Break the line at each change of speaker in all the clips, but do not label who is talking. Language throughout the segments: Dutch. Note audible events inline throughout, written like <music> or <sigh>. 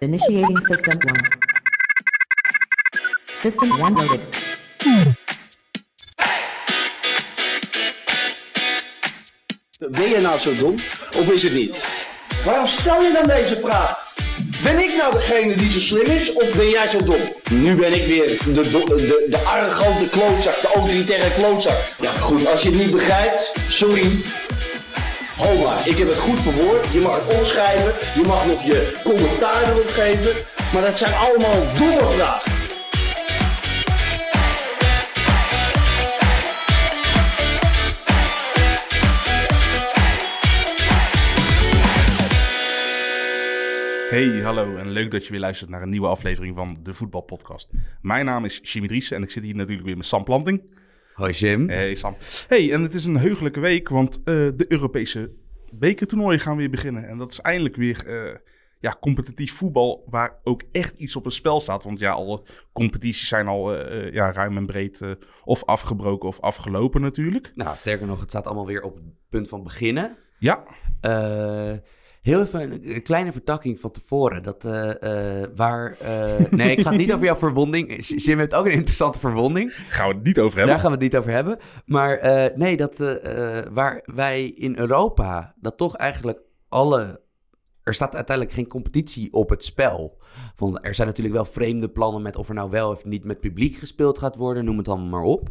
Initiating system one. System one loaded.
Ben je nou zo dom of is het niet? Waarom stel je dan deze vraag? Ben ik nou degene die zo slim is of ben jij zo dom? Nu ben ik weer de, do- de, de arrogante klootzak, de autoritaire klootzak. Ja goed, als je het niet begrijpt, sorry. Ho maar, ik heb het goed verwoord. Je mag het omschrijven, je mag nog je commentaar erop geven. Maar dat zijn allemaal domme vragen.
Hey, hallo en leuk dat je weer luistert naar een nieuwe aflevering van de Voetbalpodcast. Mijn naam is Jimmy Dries en ik zit hier natuurlijk weer met Sam Planting.
Hoi Jim.
Hey Sam. Hey, en het is een heugelijke week, want eh, de Europese bekertoernooien gaan weer beginnen. En dat is eindelijk weer eh, ja, competitief voetbal waar ook echt iets op het spel staat. Want ja, alle competities zijn al eh, eh, ja, ruim en breed eh, of afgebroken of afgelopen natuurlijk.
Nou, sterker nog, het staat allemaal weer op het punt van beginnen.
Ja,
Eh, heel even een, een kleine vertakking van tevoren. Dat, eh, eh, waar, <laughs> eh, nee, ik ga het niet over jouw verwonding. Jim heeft ook een interessante verwonding.
gaan we het niet over hebben.
Daar gaan we het niet over hebben. Maar eh, nee, dat eh, eh, waar wij in Europa, dat toch eigenlijk alle. Er staat uiteindelijk geen competitie op het spel. Want er zijn natuurlijk wel vreemde plannen met of er nou wel of niet met publiek gespeeld gaat worden, noem het allemaal maar op.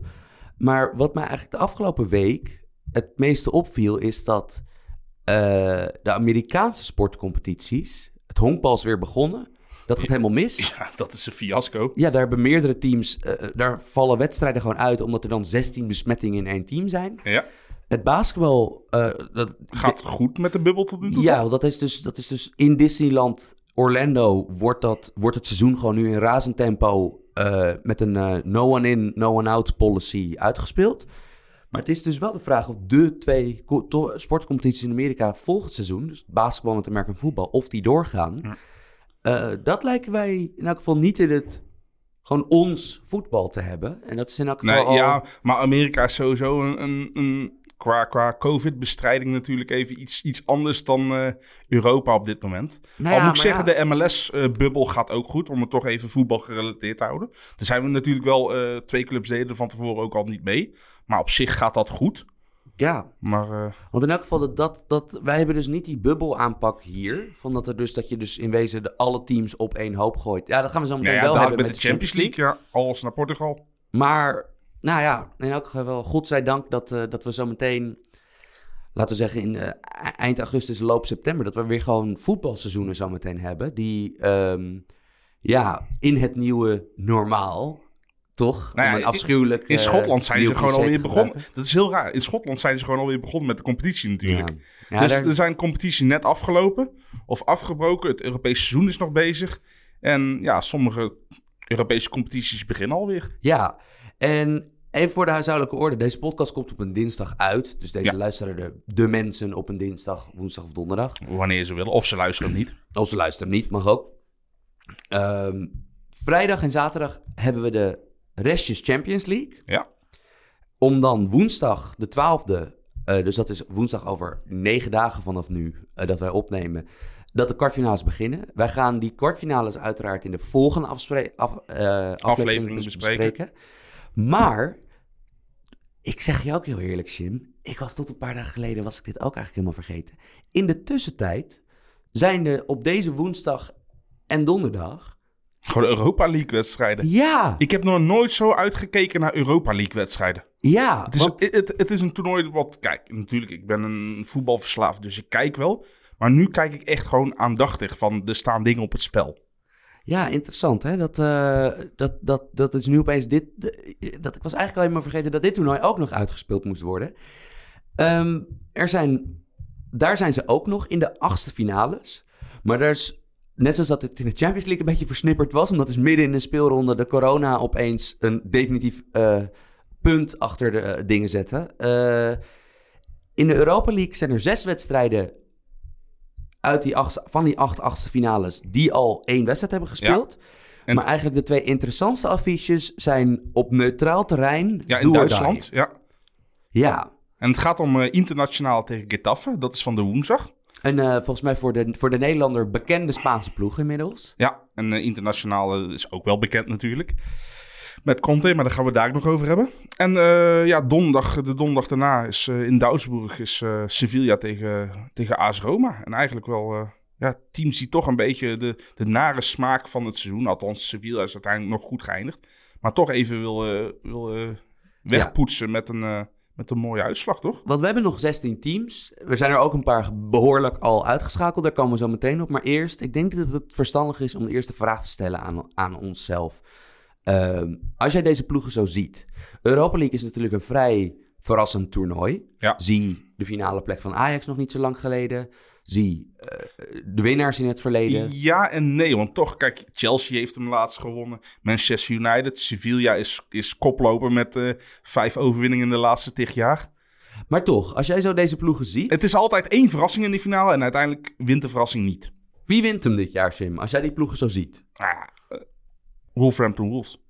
Maar wat mij eigenlijk de afgelopen week het meeste opviel, is dat eh, de Amerikaanse sportcompetities, het honkbal is weer begonnen, dat gaat helemaal mis.
Ja, dat is een fiasco.
Ja, daar hebben meerdere teams, eh, eh, daar vallen wedstrijden gewoon uit omdat er dan 16 besmettingen in één team zijn.
Ja,
Het basketbal, eh, dat,
gaat goed met de bubbel tot nu toe?
ja,
toch?
want dat is, dus, dat is dus in Disneyland Orlando wordt, dat, wordt het seizoen gewoon nu in razend tempo eh, met een eh, no one in, no one out policy uitgespeeld. Maar het is dus wel de vraag of de twee co- to- sportcompetities in Amerika volgend seizoen, dus basketbal en het American voetbal, of die doorgaan. Eh, dat lijken wij in elk geval niet in het gewoon ons voetbal te hebben. En dat is in elk geval
Nee,
al...
ja, maar Amerika is sowieso een, een, een qua, qua COVID-bestrijding natuurlijk even iets, iets anders dan eh, Europa op dit moment.
Nou
Al
ja,
moet ik
maar
zeggen, de MLS-bubbel eh, gaat ook goed, om het toch even voetbal gerelateerd te houden. Er zijn we natuurlijk wel eh, twee clubs deden er van tevoren ook al niet mee. Maar op zich gaat dat goed.
ja,
Maar eh,
Want in elk geval, dat, dat, dat, wij hebben dus niet die bubbelaanpak hier. Van dat, er dus, dat je dus in wezen de, alle teams op één hoop gooit. Ja, dat gaan we zo meteen
nou ja,
wel
dadelijk
hebben
met de Champions League, ja, alles naar Portugal.
Maar, nou ja, in elk geval wel godzijdank dat, eh, dat we zo meteen... Laten we zeggen, in, eh, e- eind augustus, loop september... dat we weer gewoon voetbalseizoenen zo meteen hebben. Die, ehm, ja, in het nieuwe normaal, toch?
Nou ja,
Om een
in-
afschuwelijk...
In
eh,
Schotland zijn ze
nieuw
gewoon
cliché
alweer
te
begonnen.
gebruiken.
Dat is heel raar. In Schotland zijn ze gewoon alweer begonnen met de competitie natuurlijk.
Ja. Ja,
dus
daar-
er zijn competities net afgelopen of afgebroken. Het Europese seizoen is nog bezig. En ja, sommige Europese competities beginnen alweer.
Ja, en even voor de huishoudelijke orde. Deze podcast komt op een dinsdag uit. Dus deze
Ja.
luisteren de, de mensen op een dinsdag, woensdag of donderdag.
Wanneer ze willen. Of ze luisteren niet.
Of ze luisteren hem niet, mag ook. Ehm, vrijdag en zaterdag hebben we de restjes Champions League.
Ja.
Om dan woensdag de 12e, eh, dus dat is woensdag over negen dagen vanaf nu eh, dat wij opnemen, dat de kwartfinales beginnen. Wij gaan die kwartfinales uiteraard in de volgende afspre- af, eh, aflevering,
Aflevering
bes-
bespreken.
Maar, ik zeg je ook heel eerlijk, Jim, ik was tot een paar dagen geleden, was ik dit ook eigenlijk helemaal vergeten. In de tussentijd zijn er op deze woensdag en donderdag.
Gewoon Europa League wedstrijden.
Ja,
Ik heb nog nooit zo uitgekeken naar Europa League wedstrijden.
ja.
Het is,
want-
het, het, het is een toernooi wat... Kijk, natuurlijk, ik ben een voetbalverslaafd, dus ik kijk wel. Maar nu kijk ik echt gewoon aandachtig van er staan dingen op het spel.
ja, interessant hè. Dat, eh, dat, dat, dat is nu opeens dit. de- dat, ik was eigenlijk al helemaal vergeten dat dit toernooi ook nog uitgespeeld moest worden. Ehm, er zijn, daar zijn ze ook nog in de achtste finales. Maar daar is, net zoals dat het in de Champions League een beetje versnipperd was... omdat dus midden in de speelronde de corona opeens een definitief eh, punt achter de eh, dingen zette. Eh, in de Europa League zijn er zes wedstrijden uit die achtste, van die acht achtste finales... die al één wedstrijd hebben gespeeld...
En-
maar eigenlijk de twee interessantste affiches zijn op neutraal terrein.
Ja, in
Do or die.
Duitsland. Ja.
Ja,
En het gaat om eh, internationaal tegen Getafe. Dat is van de woensdag.
En eh, volgens mij voor de, voor de Nederlander bekende Spaanse ploeg inmiddels.
Ja, en eh, internationaal eh, is ook wel bekend natuurlijk. Met Conte, maar daar gaan we het daar ook nog over hebben. En eh, ja, donderdag, de donderdag daarna is eh, in Duisburg is, eh, Sevilla tegen, tegen AS Roma. En eigenlijk wel eh, ja, teams die toch een beetje de, de nare smaak van het seizoen... althans, Sevilla is uiteindelijk nog goed geëindigd... maar toch even wil, eh, wil eh, wegpoetsen met, een, eh, met een mooie uitslag, toch?
Want we hebben nog 16 teams. Er zijn er ook een paar behoorlijk al uitgeschakeld. Daar komen we zo meteen op. Maar eerst, ik denk dat het verstandig is om eerst de vraag te stellen aan, aan onszelf. Ehm, als jij deze ploegen zo ziet. Europa League is natuurlijk een vrij verrassend toernooi.
Ja.
Zie de finale plek van Ajax nog niet zo lang geleden. Zie eh, de winnaars in het verleden.
Ja en nee, want toch, kijk, Chelsea heeft hem laatst gewonnen. Manchester United, Sevilla is, is koploper met eh, vijf overwinningen in de laatste tig jaar.
Maar toch, als jij zo deze ploegen ziet.
Het is altijd één verrassing in die finale en uiteindelijk wint de verrassing niet.
Wie wint hem dit jaar, Sim? Als jij die ploegen zo ziet.
Ah, eh, Wolverhampton Wolves.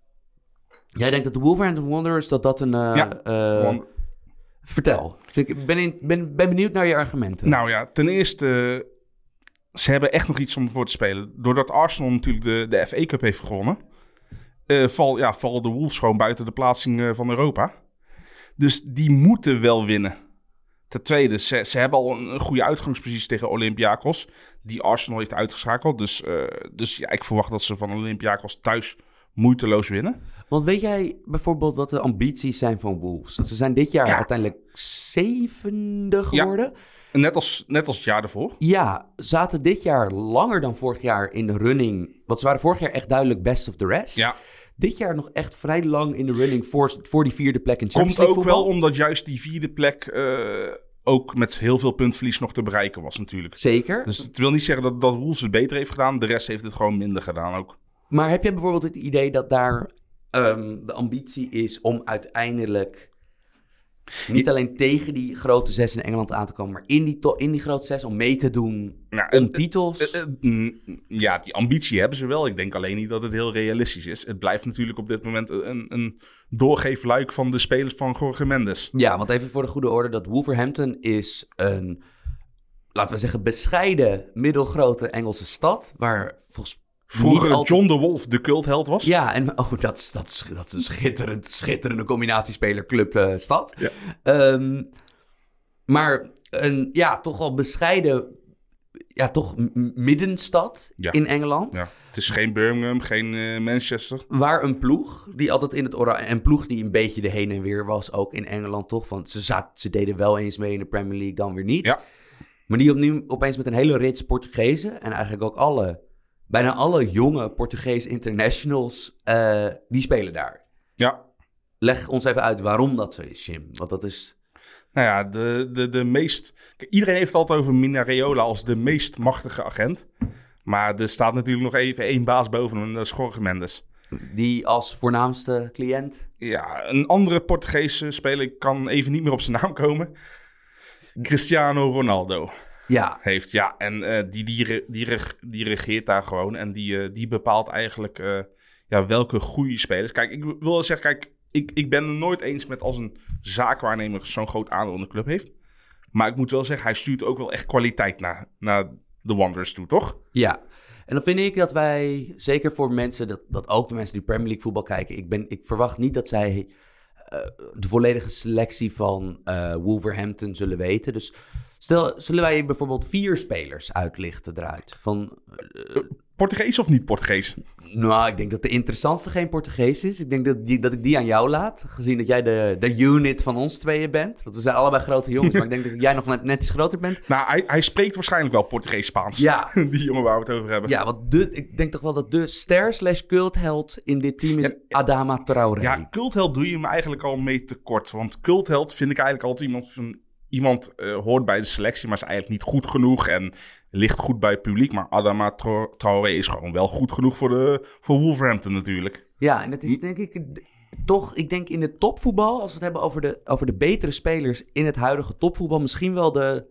Jij denkt dat de Wolverhampton Wanderers dat dat een... eh,
Ja,
eh,
Want-
vertel. Vind ik ben, in- ben, ben benieuwd naar je argumenten.
Nou ja, ten eerste, ze hebben echt nog iets om voor te spelen. Doordat Arsenal natuurlijk de, de FA Cup heeft gewonnen, eh, val, ja, vallen de Wolves gewoon buiten de plaatsing eh, van Europa. Dus die moeten wel winnen. Ten tweede, ze, ze hebben al een, een goede uitgangspositie tegen Olympiakos, die Arsenal heeft uitgeschakeld. Dus, eh, dus ja, ik verwacht dat ze van Olympiakos thuis moeiteloos winnen.
Want weet jij bijvoorbeeld wat de ambities zijn van Wolves? Ze zijn dit jaar
Ja.
uiteindelijk zevende geworden. Ja.
En Net als, net als het jaar daarvoor.
zaten dit jaar langer dan vorig jaar in de running. Want ze waren vorig jaar echt duidelijk best of the rest.
Ja.
Dit jaar nog echt vrij lang in de running voor, voor die vierde plek in Champions
Komt
League
ook wel
voetbal.
omdat juist die vierde plek eh, ook met heel veel puntverlies nog te bereiken was natuurlijk.
Zeker.
Dus het wil niet zeggen dat, dat Wolves het beter heeft gedaan. De rest heeft het gewoon minder gedaan ook.
Maar heb jij bijvoorbeeld het idee dat daar ehm, de ambitie is om uiteindelijk niet alleen tegen die grote zes in Engeland aan te komen, maar in die, to- in die grote zes om mee te doen
Nou,
om
het-
titels?
Eh, eh, mm, ja, die ambitie hebben ze wel. Ik denk alleen niet dat het heel realistisch is. Het blijft natuurlijk op dit moment een, een doorgeefluik van de spelers van Jorge Mendes.
ja, want even voor de goede orde, dat Wolverhampton is een, laten we zeggen, bescheiden middelgrote Engelse stad, waar volgens
Vroeger
niet al-
John de Wolf de cultheld was.
Ja, en oh, dat, is- dat, is, dat is een schitterend, schitterende combinatiespeler club eh, stad.
Ja.
Ehm, maar een ja, toch wel bescheiden, ja, toch m- middenstad
Ja.
in Engeland.
Ja. Het is geen Birmingham, geen eh, Manchester.
Waar een ploeg, die altijd in het oranje, en ploeg die een beetje de heen en weer was, ook in Engeland toch. Want ze, zaten, ze deden wel eens mee in de Premier League, dan weer niet.
Ja.
Maar die opnieuw opeens met een hele rits Portugezen en eigenlijk ook alle, bijna alle jonge Portugees internationals, eh, die spelen daar.
Ja,
Leg ons even uit waarom dat zo is, Jim. Want dat is.
Nou ja, de, de, de meest. Kijk, Iedereen heeft het altijd over Minareola als de meest machtige agent. Maar er staat natuurlijk nog even één baas boven hem, en dat is Jorge Mendes.
Die als voornaamste cliënt.
Ja, een andere Portugese speler, ik kan even niet meer op zijn naam komen. Cristiano Ronaldo
Ja,
heeft, ja. En eh, die, die, re- die, reg- die regeert daar gewoon. En die, eh, die bepaalt eigenlijk eh, ja, welke goede spelers. Kijk, ik wil wel zeggen, kijk, ik, ik ben het nooit eens met als een zaakwaarnemer zo'n groot aandeel in de club heeft. Maar ik moet wel zeggen, hij stuurt ook wel echt kwaliteit naar, naar de Wanderers toe, toch?
ja. En dan vind ik dat wij, zeker voor mensen, dat, dat ook de mensen die Premier League voetbal kijken, ik, ben, ik verwacht niet dat zij eh, de volledige selectie van eh, Wolverhampton zullen weten. Dus stel, zullen wij bijvoorbeeld vier spelers uitlichten eruit? Van,
Portugees of niet Portugees?
nou, ik denk dat de interessantste geen Portugees is. Ik denk dat, die, dat ik die aan jou laat, gezien dat jij de, de unit van ons tweeën bent. Want we zijn allebei grote jongens, maar ik denk dat jij nog net, net iets groter bent.
Nou, hij, hij spreekt waarschijnlijk wel Portugees-Spaans.
Ja.
<laughs> Die jongen waar we het over hebben.
Ja, want de, ik denk toch wel dat de ster slash cultheld in dit team is Adama Traoré.
Ja, cultheld doe je hem eigenlijk al mee tekort. Want cultheld vind ik eigenlijk altijd iemand van iemand eh, hoort bij de selectie, maar is eigenlijk niet goed genoeg en ligt goed bij het publiek. Maar Adama Tra- Traoré is gewoon wel goed genoeg voor, de, voor Wolverhampton natuurlijk.
Ja, en het is denk ik d- toch, ik denk in het topvoetbal, als we het hebben over de, over de betere spelers in het huidige topvoetbal, misschien wel de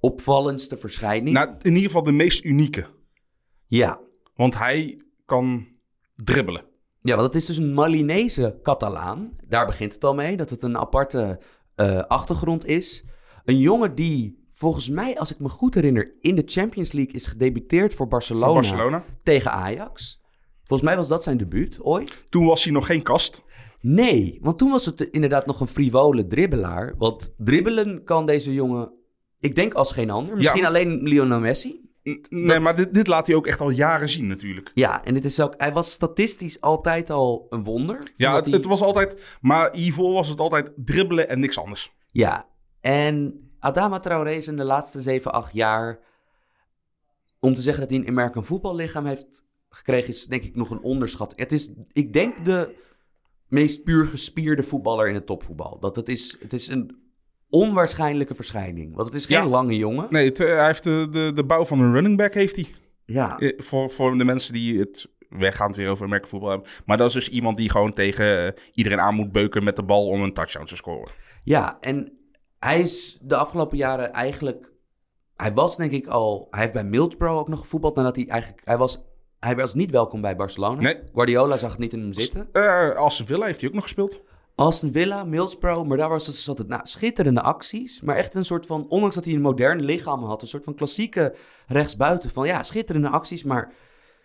opvallendste verschijning.
Nou, in ieder geval de meest unieke.
ja.
Want hij kan dribbelen.
ja, want het is dus een Malinese Catalaan. Daar begint het al mee, dat het een aparte eh, achtergrond is. Een jongen die volgens mij, als ik me goed herinner, in de Champions League is gedebuteerd voor Barcelona,
Voor Barcelona.
tegen Ajax. Volgens mij was dat zijn debuut ooit.
Toen was hij nog geen kast.
Nee, want toen was het inderdaad nog een frivole dribbelaar. Want dribbelen kan deze jongen, ik denk als geen ander. Misschien
maar-
alleen Lionel Messi.
N- Nee, maar dit, dit laat hij ook echt al jaren zien natuurlijk.
Ja, en dit is ook, hij was statistisch altijd al een wonder.
Ja,
Omdat
het,
hij-
het was altijd... Maar hiervoor was het altijd dribbelen en niks anders.
ja, en Adama Traoré is in de laatste 7, 8 jaar... om te zeggen dat hij een American voetballichaam heeft gekregen... is denk ik nog een onderschat. Het is, ik denk, de meest puur gespierde voetballer in het topvoetbal. Dat het is, het is een onwaarschijnlijke verschijning. Want het is geen
Ja.
lange jongen.
Nee, het, eh, hij heeft de, de, de bouw van een running back heeft hij.
Ja.
Eh, voor, voor de mensen die het weggaand weer over merken voetbal hebben. Maar dat is dus iemand die gewoon tegen eh, iedereen aan moet beuken met de bal om een touchdown te scoren.
Ja, en hij is de afgelopen jaren eigenlijk... Hij was denk ik al... Hij heeft bij Middlesbrough ook nog gevoetbald... nadat hij eigenlijk... Hij was, hij was niet welkom bij Barcelona.
Nee.
Guardiola zag het niet in hem zitten.
Eh Aston Villa heeft hij ook nog gespeeld.
Aston Villa, Middlesbrough... maar daar was het dus altijd nou, schitterende acties. Maar echt een soort van... ondanks dat hij een modern lichaam had... een soort van klassieke rechtsbuiten van... ja, schitterende acties, maar...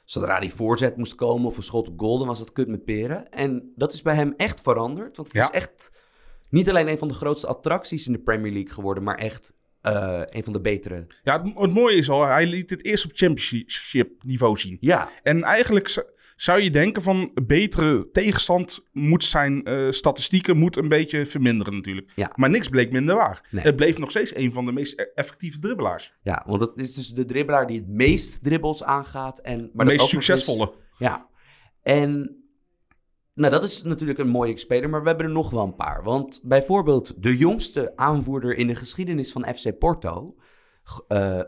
Zodra die voorzet moest komen of een schot op goal, dan was dat kut met peren. En dat is bij hem echt veranderd. Want het
Ja.
is echt niet alleen een van de grootste attracties in de Premier League geworden, maar echt eh, een van de betere.
Ja, het, het mooie is al, hij liet het eerst op championship niveau zien.
Ja,
En eigenlijk z- zou je denken van betere tegenstand moet zijn eh, statistieken moet een beetje verminderen natuurlijk.
Ja.
Maar niks bleek minder waar.
Nee.
Het bleef nog steeds een van de meest e- effectieve dribbelaars.
ja, want dat is dus de dribbelaar die het meest dribbles aangaat. En,
De
maar dat
meest
ook nog eens-
succesvolle.
Ja. En nou, dat is natuurlijk een mooie speler, maar we hebben er nog wel een paar. Want bijvoorbeeld de jongste aanvoerder in de geschiedenis van FC Porto, G- eh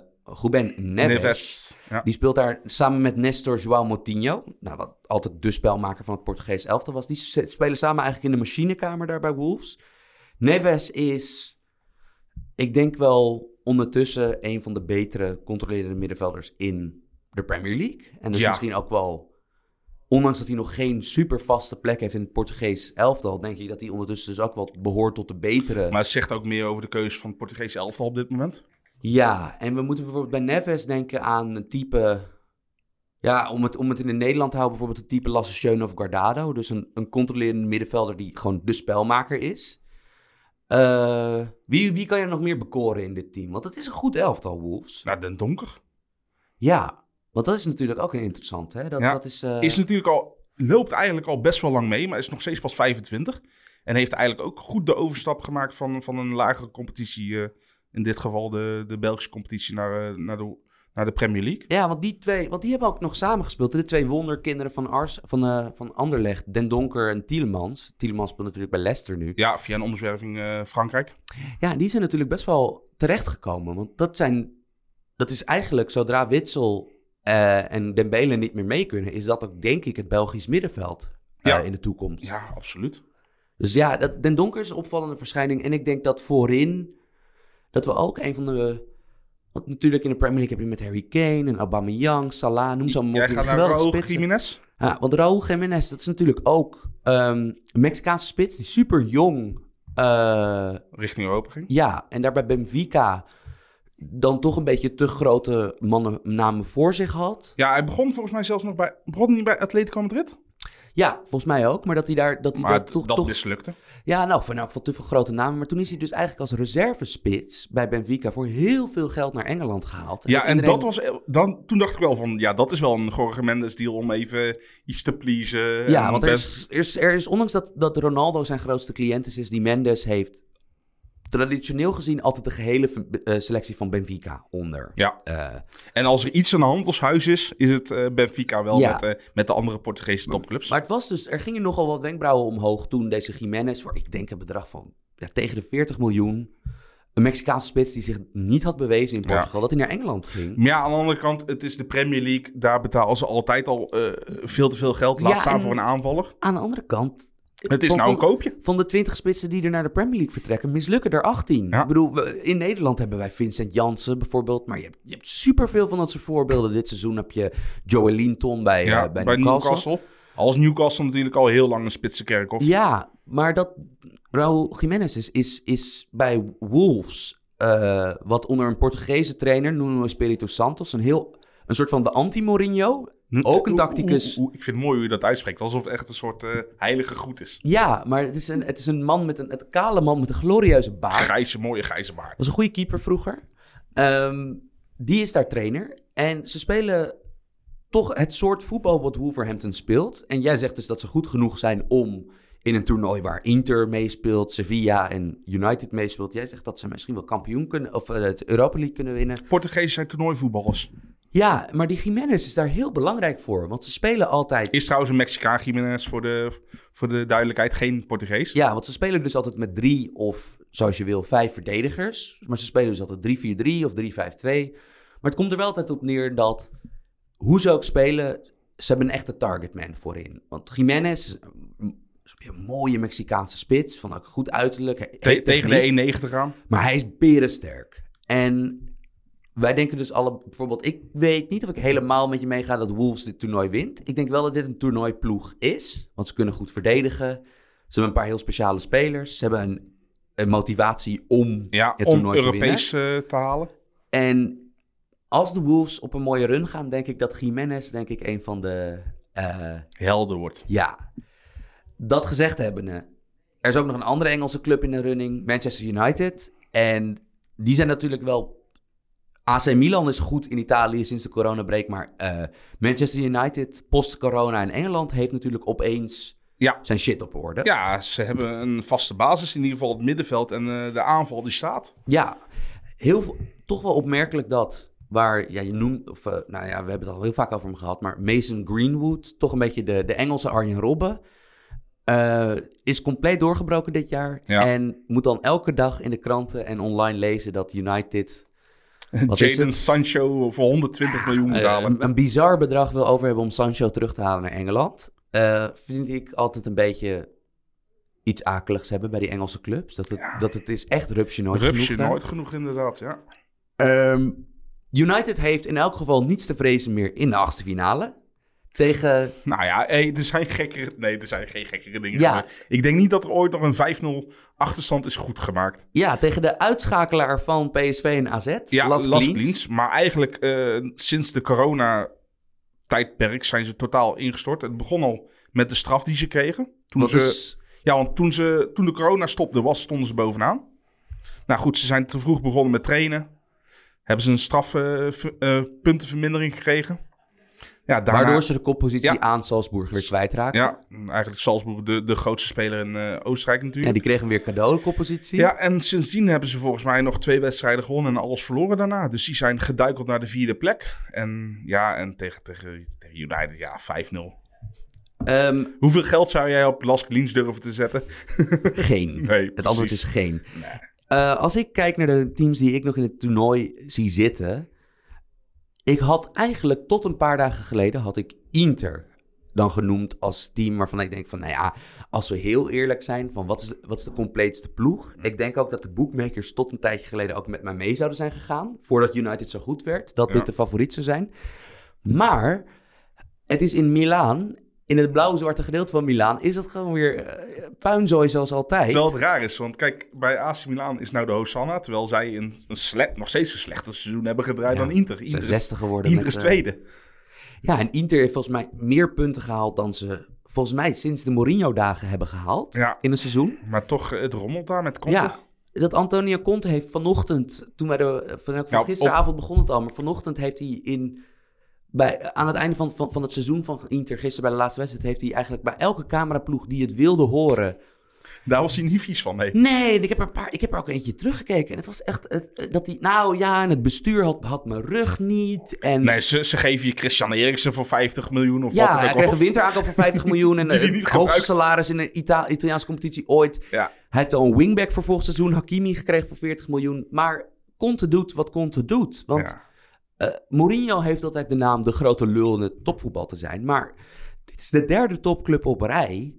Ruben Neves,
Neves. Ja.
Die speelt daar samen met Nestor João Moutinho, nou, wat altijd de spelmaker van het Portugees elftal was. Die s- spelen samen eigenlijk in de machinekamer daar bij Wolves. Neves is, ik denk wel ondertussen een van de betere controlerende middenvelders in de Premier League. En dus
Ja.
misschien ook wel, ondanks dat hij nog geen super vaste plek heeft in het Portugees elftal, denk ik dat hij ondertussen dus ook wel behoort tot de betere.
Maar het zegt ook meer over de keuze van het Portugese elftal op dit moment.
Ja, en we moeten bijvoorbeeld bij Neves denken aan een type... Ja, om het, om het in Nederland te houden, bijvoorbeeld een type Lasse Schöne of Guardado. Dus een, een controlerende middenvelder die gewoon de spelmaker is. Eh, wie, wie kan je nog meer bekoren in dit team? Want het is een goed elftal, Wolves.
Nou, Den Donker.
Ja, want dat is natuurlijk ook een interessant, hè? Dat,
Ja.
dat is, eh,
is natuurlijk al, loopt eigenlijk al best wel lang mee, maar is nog steeds pas 25. En heeft eigenlijk ook goed de overstap gemaakt van, van een lagere competitie. eh, in dit geval de, de Belgische competitie naar, eh, naar, de, naar de Premier League.
Ja, want die twee, want die hebben ook nog samengespeeld. De twee wonderkinderen van, Ars, van, eh, van Anderlecht, Den Donker en Tielemans. Tielemans speelt natuurlijk bij Leicester nu.
Ja, via een omzwerving eh, Frankrijk.
Ja, die zijn natuurlijk best wel terechtgekomen. Want dat zijn. Dat is eigenlijk zodra Witsel eh, en Dembele niet meer mee kunnen, is dat ook denk ik het Belgisch middenveld eh,
Ja.
in de toekomst.
Ja, absoluut.
Dus ja, dat, Den Donker is een opvallende verschijning. En ik denk dat voorin dat we ook een van de. Want natuurlijk in de Premier League heb je met Harry Kane en Aubameyang, Salah, noem ze allemaal
Jij
op.
gaat naar
Geweldige
Raúl
spitsen.
Jiménez.
Ja, want Raúl Jiménez, dat is natuurlijk ook ehm, een Mexicaanse spits die super jong eh,
Richting Europa ging.
ja, en daarbij Benfica dan toch een beetje te grote mannennamen voor zich had.
Ja, hij begon volgens mij zelfs nog bij... Begon hij niet bij Atletico Madrid?
Ja, volgens mij ook, maar dat hij daar dat hij
Maar
dat
het-
toch,
dat
toch
mislukte.
ja, nou, van elk geval te veel grote namen, maar toen is hij dus eigenlijk als reservespits bij Benfica voor heel veel geld naar Engeland gehaald.
Ja, en
iedereen-
dat was... Dan, toen dacht ik wel van... Ja, dat is wel een Jorge Mendes deal om even iets te pleasen.
Ja,
En
want er
best-
is, er is, er is ondanks dat, dat Ronaldo zijn grootste cliënt is, is die Mendes heeft traditioneel gezien altijd de gehele eh, selectie van Benfica onder.
Ja.
Eh,
En als er iets aan de hand als huis is, is het eh, Benfica wel
Ja.
met, eh, met de andere Portugese topclubs.
Maar het was dus, er gingen nogal wat wenkbrauwen omhoog toen deze Jiménez, voor ik denk een bedrag van ja, tegen de 40 miljoen, Een Mexicaanse spits die zich niet had bewezen in Portugal, dat hij naar Engeland ging.
Maar ja, aan de andere kant, het is de Premier League. Daar betalen ze altijd al eh, veel te veel geld. Laat
Ja,
staan
en-
voor een aanvaller.
Aan de andere kant...
Het is
van-
nou een
van-
koopje.
Van de 20 spitsen die er naar de Premier League vertrekken, mislukken er 18.
Ja.
Ik bedoel, we- in Nederland hebben wij Vincent Jansen bijvoorbeeld. Maar je hebt, je hebt superveel van dat soort voorbeelden. Dit seizoen heb je Joey Linton bij, eh, bij, Newcastle.
Als Newcastle natuurlijk al heel lang een spitse kerkhof.
Ja, maar dat Raul Jiménez is, is, is bij Wolves, eh, wat onder een Portugese trainer, Nuno Espirito Santos, een heel een soort van de anti-Mourinho. Ook een
Oeh,
tacticus.
oeh, oeh, ik vind het mooi Hm? hoe je dat uitspreekt. Alsof het echt een soort eh, heilige goed is.
Ja, maar het is een, het is een man met een, het kale man met een glorieuze baard.
Grijze, mooie grijze baard.
was een goede keeper vroeger. Ehm, die is daar trainer. En ze spelen toch het soort voetbal wat Wolverhampton speelt. En jij zegt dus dat ze goed genoeg zijn om in een toernooi waar Inter meespeelt, Sevilla en United meespeelt. Jij zegt dat ze misschien wel kampioen kunnen, of eh, het Europa League kunnen winnen.
Portugezen zijn toernooivoetballers.
Ja, maar die Jiménez is daar heel belangrijk voor. Want ze spelen altijd
Is trouwens een Mexicaan Jiménez voor de, voor de duidelijkheid. Geen Portugees.
Ja, want ze spelen dus altijd met drie of, zoals je wil, vijf verdedigers. Maar ze spelen dus altijd 3-4-3 of 3-5-2. Maar het komt er wel altijd op neer dat, hoe ze ook spelen, ze hebben een echte targetman voorin. Want Jiménez, een mooie Mexicaanse spits, van ook goed uiterlijk. he-
Te-
heeft
tegen
techniek.
de 1,90 aan.
Maar hij is berensterk. En wij denken dus alle... Bijvoorbeeld, ik weet niet of ik helemaal met je meega dat Wolves dit toernooi wint. Ik denk wel dat dit een toernooiploeg is. Want ze kunnen goed verdedigen. Ze hebben een paar heel speciale spelers. Ze hebben een, een motivatie om
Ja,
het
om
toernooi
Europees
te
eh, te halen.
winnen. En als de Wolves op een mooie run gaan, denk ik dat Jiménez denk ik een van de... eh,
Helder wordt.
ja. Dat gezegd hebbende, er is ook nog een andere Engelse club in de running, Manchester United. En die zijn natuurlijk wel. AC Milan is goed in Italië sinds de coronabreak, maar eh, Manchester United post-corona in Engeland heeft natuurlijk opeens
Ja.
zijn shit op orde.
Ja, ze hebben een vaste basis. In ieder geval het middenveld en eh, de aanval die staat.
Ja, heel veel, toch wel opmerkelijk dat waar, ja, je noemt, of eh, nou ja, we hebben het al heel vaak over hem gehad, maar Mason Greenwood, toch een beetje de, de Engelse Arjen Robben, eh, is compleet doorgebroken dit jaar.
Ja.
En moet dan elke dag in de kranten en online lezen dat
<laughs>
United Wat is
Jaden
het?
Sancho voor 120 miljoen
eh,
betalen.
een, een bizar bedrag wil over hebben om Sancho terug te halen naar Engeland. Eh, vind ik altijd een beetje iets akeligs hebben bij die Engelse clubs. Dat het, dat het is echt rupsje nooit genoeg
Rupsje
daar.
nooit genoeg, inderdaad. Ja.
Ehm, United heeft in elk geval niets te vrezen meer in de achtste finale. Tegen.
Nou ja, hey, er zijn gekkere... Nee, er zijn geen gekkere dingen.
Ja.
gebeurd. Ik denk niet dat er ooit nog een 5-0 achterstand is goed gemaakt.
Ja, tegen de uitschakelaar van PSV en AZ.
Ja, Las,
Las, Kliens.
Kliens. Maar eigenlijk eh, sinds de corona-tijdperk zijn ze totaal ingestort. Het begon al met de straf die ze kregen. Toen
Dat
ze,
is-
Ja, want toen, ze, toen de corona stopte was, stonden ze bovenaan. Nou goed, ze zijn te vroeg begonnen met trainen. Hebben ze een eh, strafpuntenvermindering gekregen. Ja, daarna,
Waardoor ze de koppositie
Ja.
aan Salzburg weer kwijtraken. Ja.
Ja, eigenlijk Salzburg, de, de grootste speler in eh, Oostenrijk natuurlijk.
die kregen weer cadeau, de koppositie.
Ja, en sindsdien hebben ze volgens mij nog twee wedstrijden gewonnen en alles verloren daarna. Dus die zijn geduikeld naar de vierde plek. En ja, en tegen, tegen, tegen United, ja, 5-0.
Ehm,
Hoeveel geld zou jij op Las Kliens durven te zetten?
geen.
Nee,
het antwoord
precies.
is geen. Eh, als ik kijk naar de teams die ik nog in het toernooi zie zitten. Ik had eigenlijk tot een paar dagen geleden had ik Inter dan genoemd als team waarvan ik denk van, nou ja, als we heel eerlijk zijn van wat is de, wat is de compleetste ploeg.
Mm.
Ik denk ook dat de bookmakers tot een tijdje geleden ook met mij mee zouden zijn gegaan, voordat United zo goed werd, dat
Ja.
dit de favoriet zou zijn. Maar het is in Milaan, in het blauw-zwarte gedeelte van Milaan, is het gewoon weer eh, puinzooi zoals altijd.
Terwijl het raar is, want kijk, bij AC Milan is nou de Hosanna. Terwijl zij een, een sle- nog steeds een slechter seizoen hebben gedraaid
Ja,
dan Inter.
ze
Inter
zijn zesde geworden
Inter
met,
is
eh,
tweede.
Ja, en Inter heeft volgens mij meer punten gehaald dan ze volgens mij sinds de Mourinho-dagen hebben gehaald
Ja.
in een seizoen.
Maar toch, eh, het rommelt daar met Conte.
Ja, dat Antonio Conte heeft vanochtend, toen wij de, van, van
Nou,
gisteravond begon het al, maar vanochtend heeft hij in, bij, aan het einde van, van, van het seizoen van Inter, gisteren bij de laatste wedstrijd, heeft hij eigenlijk bij elke cameraploeg die het wilde horen,
Daar was hij niet vies van, nee.
Nee, en ik heb, er een paar, ik heb er ook eentje teruggekeken. En het was echt het- het- dat hij... Nou ja, en het bestuur had, had mijn rug niet. En,
Nee, ze, ze geven je Christian Eriksen voor 50 miljoen of
ja,
wat het
hij
ook
kreeg een
was.
winteraankoop van
<laughs>
50 miljoen. En
Die hij
het
niet
hoogste
gebruikt.
salaris in de Ita- Italiaanse competitie ooit.
Ja.
Hij heeft al een wingback voor volgend seizoen. Hakimi gekregen voor 40 miljoen. Maar Conte doet wat Conte doet. Want
Ja.
eh, Mourinho heeft altijd de naam de grote lul in het topvoetbal te zijn. Maar dit is de derde topclub op rij.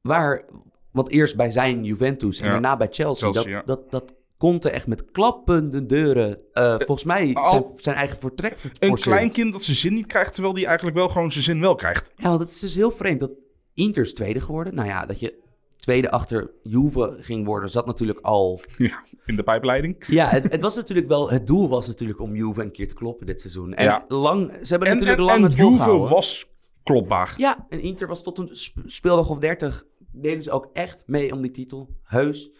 Waar, wat eerst bij zijn Juventus en
Ja.
daarna bij Chelsea.
Chelsea,
dat,
ja.
dat, dat Conte echt met klappende deuren, eh, volgens mij,
al-
zijn, zijn eigen vertrek ver-
Een
forceert.
klein kind dat zijn zin niet krijgt, terwijl die eigenlijk wel gewoon zijn zin wel krijgt.
Ja, want het is dus heel vreemd dat Inter is tweede geworden. Nou ja, dat je tweede achter Juve ging worden, zat natuurlijk al...
Ja, in de pijpleiding.
Ja, het, het was natuurlijk wel... Het doel was natuurlijk om Juve een keer te kloppen dit seizoen. En
Ja.
lang... Ze hebben
En,
natuurlijk
en,
lang
en
het
Juve
volgehouden.
was klopbaar.
Ja, en Inter was tot een sp- speeldag of dertig. Deden ze ook echt mee om die titel. Heus.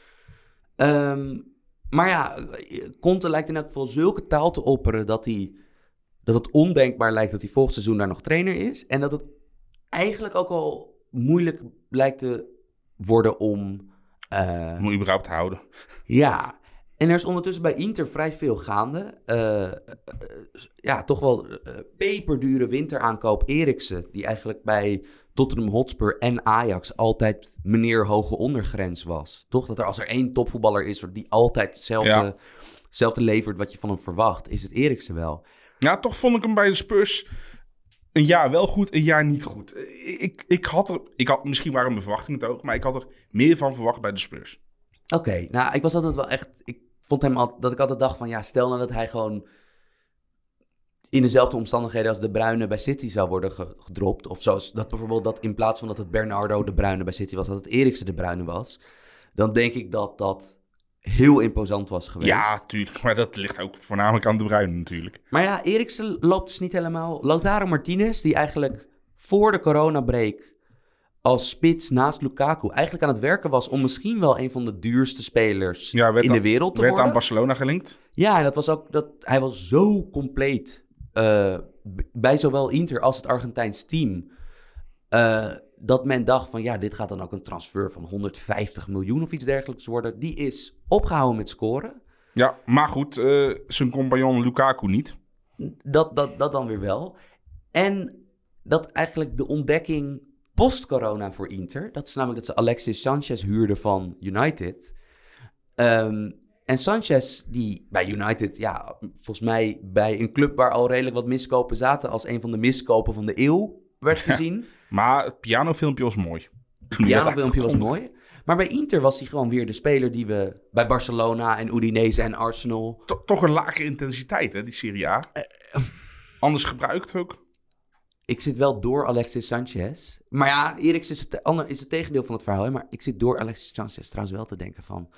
Ehm, maar ja, Conte lijkt in elk geval zulke taal te opperen dat hij... Dat het ondenkbaar lijkt dat hij volgend seizoen daar nog trainer is. En dat het eigenlijk ook al moeilijk lijkt te worden om... eh,
Om überhaupt te houden.
ja, en er is ondertussen bij Inter vrij veel gaande. Eh, eh, ja, toch wel eh, peperdure winteraankoop Eriksen, die eigenlijk bij Tottenham Hotspur en Ajax altijd meneer hoge ondergrens was. Toch dat er als er één topvoetballer is die altijd hetzelfde,
Ja.
hetzelfde levert wat je van hem verwacht, is het Eriksen wel.
Ja, toch vond ik hem bij de Spurs een jaar wel goed, een jaar niet goed. Eh, Ik, ik had er, ik had, misschien waren mijn verwachtingen te hoog, maar ik had er meer van verwacht bij de Spurs.
Oké, nou, ik was altijd wel echt. Ik vond hem al, dat ik altijd dacht van ja, stel nou dat hij gewoon in dezelfde omstandigheden als de Bruine bij City zou worden ge- gedropt. Of zoals dat bijvoorbeeld dat in plaats van dat het Bernardo de Bruine bij City was, dat het Eriksen de Bruine was. Dan denk ik dat dat heel imposant was geweest.
Ja, tuurlijk. Maar dat ligt ook voornamelijk aan de Bruinen natuurlijk.
Maar ja, Eriksen loopt dus niet helemaal. Lautaro Martinez, die eigenlijk voor de coronabreak als spits naast Lukaku eigenlijk aan het werken was om misschien wel een van de duurste spelers
Ja, werd
in de
aan-
wereld te
werd
worden.
aan Barcelona gelinkt.
Ja, en dat was ook dat hij was zo compleet eh, b- bij zowel Inter als het Argentijns team. eh, dat men dacht van ja, dit gaat dan ook een transfer van 150 miljoen of iets dergelijks worden. Die is opgehouden met scoren.
Ja, maar goed, eh, zijn compagnon Lukaku niet.
Dat, dat, dat dan weer wel. En dat eigenlijk de ontdekking post-corona voor Inter. Dat is namelijk dat ze Alexis Sanchez huurden van United. Ehm, en Sanchez, die bij United, ja, volgens mij bij een club waar al redelijk wat miskopen zaten, als een van de miskopen van de eeuw werd gezien.
Maar het pianofilmpje was mooi. Toen hij
Ja,
dat
dat filmpje was
aankondigde.
mooi. Maar bij Inter was hij gewoon weer de speler die we bij Barcelona en Udinese en Arsenal.
To- toch een lage intensiteit, hè, die Serie A. Anders gebruikt ook.
Ik zit wel door Alexis Sanchez. Maar ja, Eriks is het, ander, is het tegendeel van het verhaal. Hè? Maar ik zit door Alexis Sanchez trouwens wel te denken van...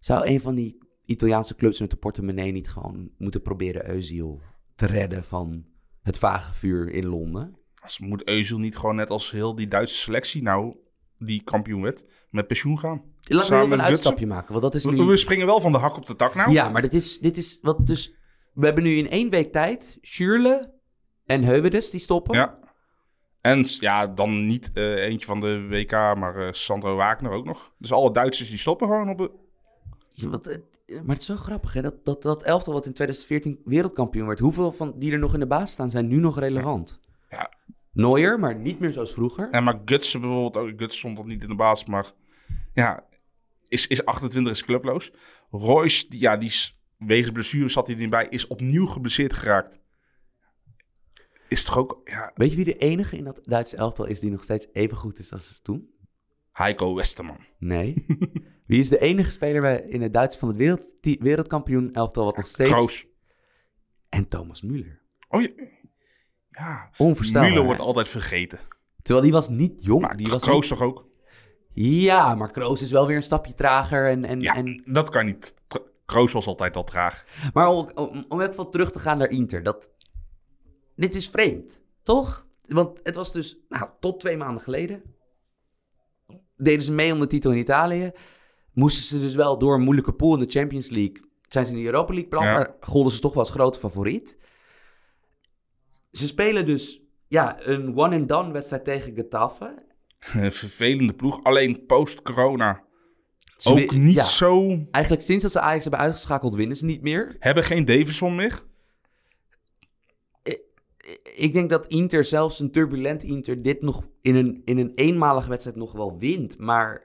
Zou een van die Italiaanse clubs met de portemonnee niet gewoon moeten proberen Eusiel te redden van het vage vuur in Londen?
Als moet Euzel niet gewoon net als heel die Duitse selectie nou, die kampioen werd, met pensioen gaan?
Laten we
Samen
even een
met
uitstapje
Gutsen.
maken, want dat is
We, we
nu...
springen wel van de hak op de tak nou.
Ja, maar dit is, dit is wat dus... We hebben nu in één week tijd Schürrle en Heuwedes die stoppen.
Ja. En s- ja, dan niet eh, eentje van de WK, maar eh, Sandro Wagner ook nog. Dus alle Duitsers die stoppen gewoon op de...
Ja, want het-
eh,
maar het is wel grappig, hè? Dat, dat, dat elftal wat in 2014 wereldkampioen werd. Hoeveel van die er nog in de baas staan, zijn nu nog relevant?
Ja.
Neuer, maar niet meer zoals vroeger.
En maar Gutsen bijvoorbeeld, ook Gutsen stond nog niet in de baas, maar ja, is, is 28, is clubloos. Royce, die, ja, die is, wegen blessure zat hij niet bij, is opnieuw geblesseerd geraakt. Is toch ook, ja,
Weet je wie de enige in dat Duitse elftal is die nog steeds even goed is als toen?
Heiko Westerman.
Nee.
<laughs>
wie is de enige speler bij, in het Duits van het wereld, die- wereldkampioen elftal wat nog steeds...
Kroos.
En Thomas Müller.
Oh ja. ja.
Onverstaanbaar.
Müller wordt altijd vergeten.
Terwijl die was niet jong.
Maar
die was
Kroos toch ook?
niet- Ja, maar Kroos is wel weer een stapje trager en... en,
Ja,
en...
dat kan niet. Tr- Kroos was altijd al traag. <laughs>
Maar om, om, om even wat terug te gaan naar Inter. Dat, dit is vreemd, toch? Want het was dus, nou, tot twee maanden geleden. Deden ze mee om de titel in Italië. Moesten ze dus wel door een moeilijke pool in de Champions League. Zijn ze in de Europa League beland,
Ja.
maar golden ze toch wel als grote favoriet. Ze spelen dus ja, een one-and-done wedstrijd tegen Getafe.
Een vervelende ploeg. Alleen post-corona
Ze
ook
wi-
niet
ja,
zo...
Eigenlijk sinds dat ze Ajax hebben uitgeschakeld winnen ze niet meer.
Hebben geen Davison meer.
Ik denk dat Inter, zelfs een turbulent Inter, dit nog in een, in een eenmalige wedstrijd nog wel wint. Maar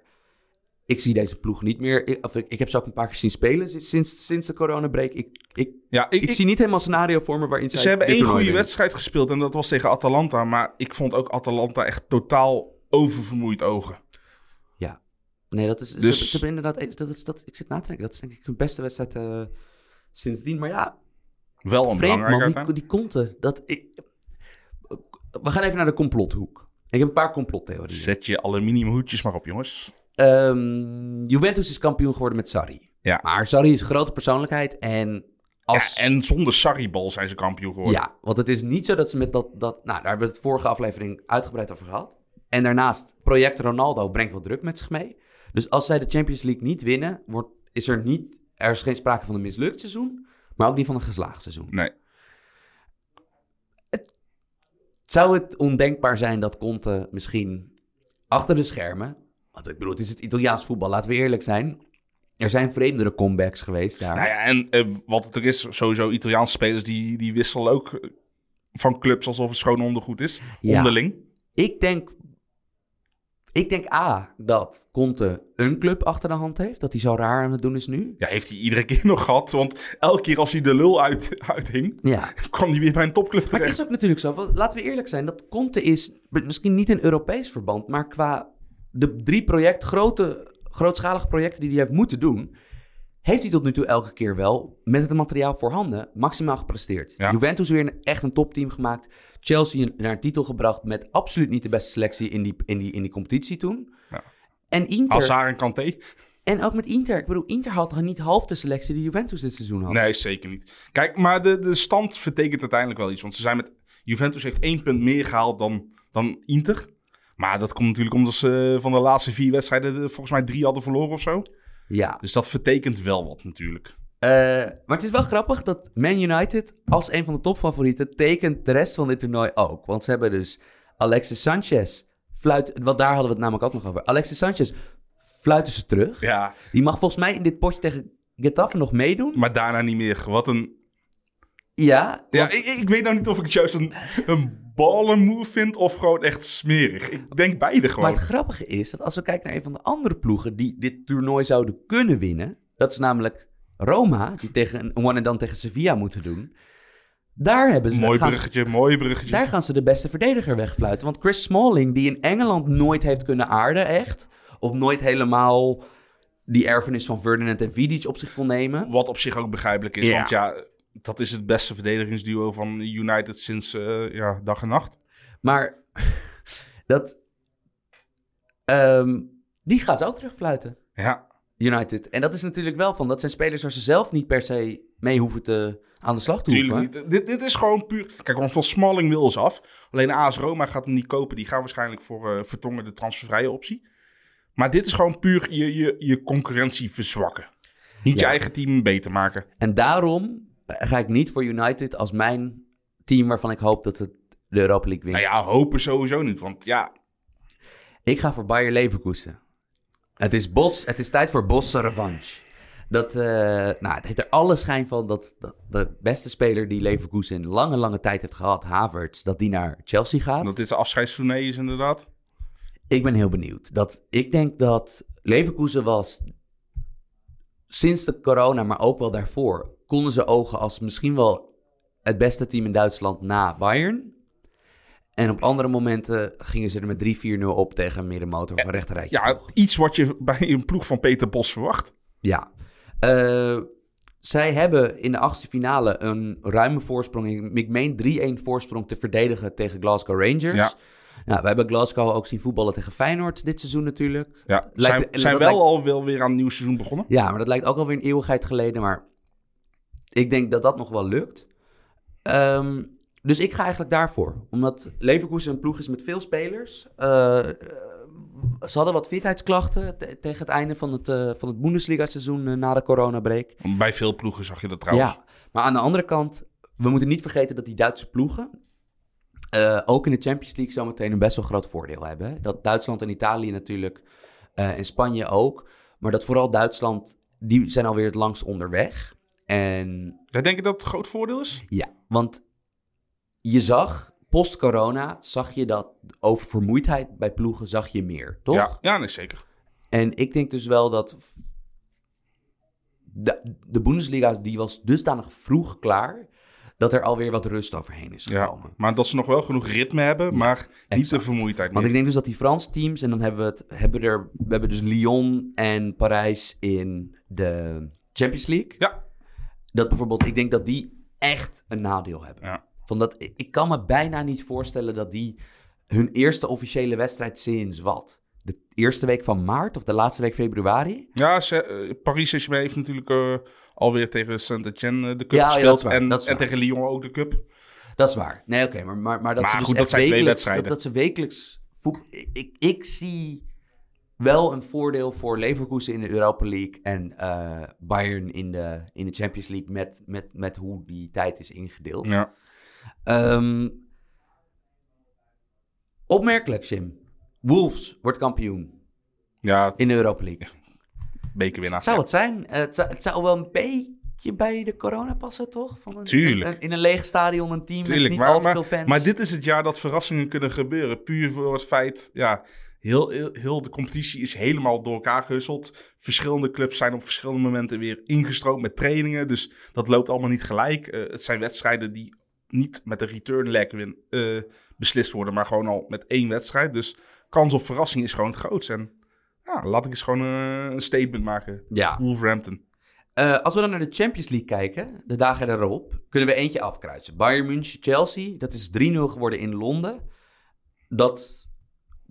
ik zie deze ploeg niet meer. Ik, of ik, ik heb ze ook een paar keer zien spelen si- sinds, sinds de coronabreak. Ik, ik,
Ja, ik,
ik,
ik-
zie niet helemaal een scenario voor me waarin ze
ze hebben
dit
één
toernooi
goede
winnen.
wedstrijd gespeeld en dat was tegen Atalanta. Maar ik vond ook Atalanta echt totaal oververmoeid ogen.
Nee, dat is. ze
Dus-
hebben- ze hebben inderdaad. Dat is, dat, ik zit na te denken. Dat is denk ik hun beste wedstrijd eh, sindsdien. Maar ja,
Wel een
vreemd man.
belangrijke
Die, die konten. Dat, ik, we gaan even naar de complothoek. Ik heb een paar complottheorieën.
Zet je aluminiumhoedjes maar op, jongens.
Ehm, Juventus is kampioen geworden met Sarri.
Ja.
Maar Sarri is een grote persoonlijkheid. En als.
Ja, en zonder sarribal zijn ze kampioen geworden.
Ja, want het is niet zo dat ze met dat, dat... Nou, daar hebben we het vorige aflevering uitgebreid over gehad. En daarnaast, project Ronaldo brengt wat druk met zich mee. Dus als zij de Champions League niet winnen, wordt, is er, niet, er is geen sprake van een mislukt seizoen. Maar ook niet van een geslaagd seizoen.
Nee.
Zou het ondenkbaar zijn dat Conte misschien achter de schermen... Want ik bedoel, het is het Italiaans voetbal, laten we eerlijk zijn. Er zijn vreemdere comebacks geweest daar.
Nou ja, en eh, wat het er is, sowieso Italiaanse spelers die, die wisselen ook eh, van clubs alsof het schoon ondergoed is.
Ja.
Onderling.
Ik denk. Ik denk A. Dat Conte een club achter de hand heeft. Dat hij zo raar aan het doen is nu.
Ja, heeft hij iedere <laughs> keer nog gehad. Want elke keer als hij de lul uit, <laughs> uithing,
Ja.
kwam hij weer bij een topclub
Maar het
terecht.
is ook natuurlijk zo. want laten we eerlijk zijn. Dat Conte is m- misschien niet in Europees verband. Maar qua de drie project, grote, grootschalige projecten die hij heeft moeten doen. Heeft hij tot nu toe elke keer wel met het materiaal voorhanden maximaal gepresteerd.
Ja.
Juventus weer een, echt een topteam gemaakt. Chelsea naar een titel gebracht met absoluut niet de beste selectie in die, in die, in die competitie toen.
Ja.
En Inter...
Hazard en Kanté?
En ook met Inter. Ik bedoel, Inter had niet half de selectie die Juventus dit seizoen had.
Nee, zeker niet. Kijk, maar de, de stand vertekent uiteindelijk wel iets. Want ze zijn met... Juventus heeft één punt meer gehaald dan, dan Inter. Maar dat komt natuurlijk omdat ze eh, van de laatste vier wedstrijden eh, volgens mij drie hadden verloren of zo.
Ja.
Dus dat vertekent wel wat natuurlijk.
Eh, maar het is wel grappig dat Man United als een van de topfavorieten tekent de rest van dit toernooi ook. Want ze hebben dus Alexis Sanchez fluit... Want daar hadden we het namelijk ook nog over. Alexis Sanchez fluiten ze terug.
Ja,
Die mag volgens mij in dit potje tegen Getafe nog meedoen.
maar daarna niet meer. Wat een
Ja.
Ja, ik, ik weet nou niet of ik het juist een, een ballenmove vind of gewoon echt smerig. Ik denk beide
Maar
gewoon.
het grappige is dat als we kijken naar een van de andere ploegen die dit toernooi zouden kunnen winnen, dat is namelijk Roma, die tegen een one en dan tegen Sevilla moeten doen. Daar hebben ze
mooi
gaan ze-
bruggetje, mooi bruggetje.
daar gaan ze de beste verdediger wegfluiten. Want Chris Smalling, die in Engeland nooit heeft kunnen aarden, echt. Of nooit helemaal die erfenis van Ferdinand en Vidic op zich kon nemen.
Wat op zich ook begrijpelijk is,
Ja.
want ja, dat is het beste verdedigingsduo van United sinds eh, ja, dag en nacht.
Maar <laughs> dat. ehm, die gaan ze ook terugfluiten.
Ja,
United. En dat is natuurlijk wel van, dat zijn spelers waar ze zelf niet per se mee hoeven te, aan de slag te
natuurlijk
hoeven.
niet. Dit, dit is gewoon puur... Kijk, want van Smalling wil ze af. Alleen AS Roma gaat hem niet kopen. Die gaan waarschijnlijk voor eh Vertongen de transfervrije optie. Maar dit is gewoon puur je, je, je concurrentie verzwakken. Niet je
Ja.
eigen team beter maken.
En daarom eh, ga ik niet voor United als mijn team waarvan ik hoop dat het de Europa League wint.
Nou ja, hopen sowieso niet. Want ja,
Ik ga voor Bayer Leverkusen. Het is, bots, het is tijd voor Bosse revanche. Dat, eh, nou, het heeft er alle schijn van dat, dat de beste speler die Leverkusen in lange, lange tijd heeft gehad, Havertz, dat die naar Chelsea gaat.
dat dit een afscheidstournee is inderdaad.
Ik ben heel benieuwd. Dat, ik denk dat Leverkusen was sinds de corona, maar ook wel daarvoor, konden ze ogen als misschien wel het beste team in Duitsland na Bayern. En op andere momenten gingen ze er met 3-4-0 op tegen een middenmotor of een rechterrijtje.
Ja, iets wat je bij een ploeg van Peter Bos verwacht.
Ja. Eh, zij hebben in de achtste finale een ruime voorsprong. Ik meen 3-1 voorsprong te verdedigen tegen Glasgow Rangers.
Ja.
Nou, we hebben Glasgow ook zien voetballen tegen Feyenoord dit seizoen natuurlijk.
Ja,
Lijkt-
zijn,
dat
zijn wel
lijkt-
al wel weer aan een nieuw seizoen begonnen.
Ja, maar dat lijkt ook alweer een eeuwigheid geleden. Maar ik denk dat dat nog wel lukt. Ehm, dus ik ga eigenlijk daarvoor. Omdat Leverkusen een ploeg is met veel spelers. Eh, eh, ze hadden wat fitheidsklachten te- tegen het einde van het, eh, van het Bundesliga-seizoen eh, na de coronabreak.
Bij veel ploegen zag je dat trouwens.
Ja, maar aan de andere kant, we moeten niet vergeten dat die Duitse ploegen eh, ook in de Champions League zometeen een best wel groot voordeel hebben. hè. Dat Duitsland en Italië natuurlijk, eh, en Spanje ook. Maar dat vooral Duitsland, die zijn alweer het langst onderweg. En
Jij denkt dat het een groot voordeel is?
ja, want je zag, post-corona, zag je dat over vermoeidheid bij ploegen zag je meer, toch?
Ja, ja nee, zeker.
En ik denk dus wel dat v- de, de Bundesliga die was dusdanig vroeg klaar dat er alweer wat rust overheen is
Ja.
gekomen.
Maar dat ze nog wel genoeg ritme hebben, maar niet de
Oh, exact.
vermoeidheid
Want
meer.
ik denk dus dat die Franse teams en dan hebben we het hebben er we hebben dus Lyon en Parijs in de Champions League.
Ja,
Dat bijvoorbeeld ik denk dat die echt een nadeel hebben.
Ja.
Van dat ik ik kan me bijna niet voorstellen dat die hun eerste officiële wedstrijd sinds wat de eerste week van maart of de laatste week februari.
ja ze, eh, Paris Saint-Germain heeft natuurlijk eh, alweer tegen Saint-Etienne eh, de cup
Ja, ja, dat
gespeeld.
is waar,
en,
dat is
en
waar.
tegen Lyon ook de cup.
Dat is waar. Nee, oké, maar, maar, maar dat
Maar
ze dus
goed, dat
echt
zijn twee
wekelijks,
wedstrijden.
Dat, dat ze wekelijks voet- ik, ik, ik zie wel een voordeel voor Leverkusen in de Europa League en eh, Bayern in de, in de Champions League met, met, met hoe die tijd is ingedeeld.
Ja.
Ehm, opmerkelijk, Jim. Wolves wordt kampioen
Ja,
in de Europa League.
bekerwinnaar.
Het zou het zijn. Eh, Het zou, het zou wel een beetje bij de corona passen, toch? Van een,
Tuurlijk.
een- een- in een leeg stadion, een team met
Tuurlijk,
niet
maar,
al te
maar,
veel fans.
maar dit is het jaar dat verrassingen kunnen gebeuren. Puur voor het feit, ja, heel, heel, heel de competitie is helemaal door elkaar gehusteld. Verschillende clubs zijn op verschillende momenten weer ingestroomd met trainingen. Dus dat loopt allemaal niet gelijk. Eh, het zijn wedstrijden die niet met een return leg win, eh, beslist worden, maar gewoon al met één wedstrijd. Dus kans op verrassing is gewoon het grootst. En ja, laat ik eens gewoon eh, een statement maken.
Ja.
Wolverhampton.
Eh, als we dan naar de Champions League kijken, de dagen daarop, kunnen we eentje afkruisen. Bayern München, Chelsea, dat is 3-0 geworden in Londen. Dat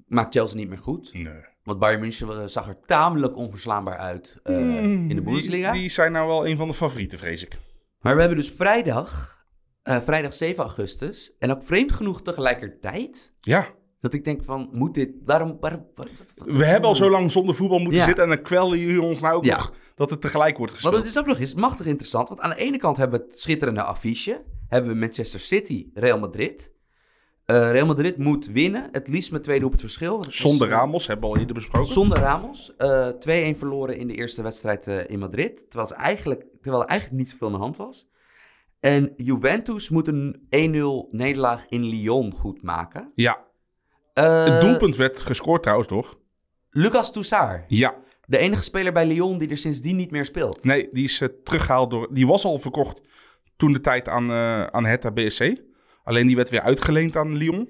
maakt Chelsea niet meer goed.
Nee.
Want Bayern München eh, zag er tamelijk onverslaanbaar uit eh, in de Bundesliga.
Hmm. Die, die zijn nou wel een van de favorieten, vrees ik.
Maar we hebben dus vrijdag, eh, vrijdag 7 augustus, en ook vreemd genoeg tegelijkertijd,
Ja,
dat ik denk van, moet dit, waarom... waarom wat- wat- wat-
We hebben al zo lang zonder voetbal moeten
Ja.
zitten en dan kwellen jullie ons nou ook
Ja.
nog dat het tegelijk wordt
Want
gespeeld.
het is ook nog eens machtig interessant. Want aan de ene kant hebben we het schitterende affiche. Hebben we Manchester City, Real Madrid. Eh, Real Madrid moet winnen. Het liefst met twee doelpunten verschil. Dat is-
Zonder Ramos hebben we al eerder besproken.
Zonder Ramos. Eh, 2-1 verloren in de eerste wedstrijd eh, in Madrid. Terwijl, ze eigenlijk, terwijl er eigenlijk niet zoveel aan de hand was. En Juventus moet een 1-0 nederlaag in Lyon goed maken.
Ja,
Eh,
het doelpunt werd gescoord trouwens, toch?
Lucas Toussaint.
Ja.
De enige speler bij Lyon die er sindsdien niet meer speelt.
Nee, die is eh, teruggehaald door... Die was al verkocht toen de tijd aan, eh aan Hertha BSC. Alleen die werd weer uitgeleend aan Lyon.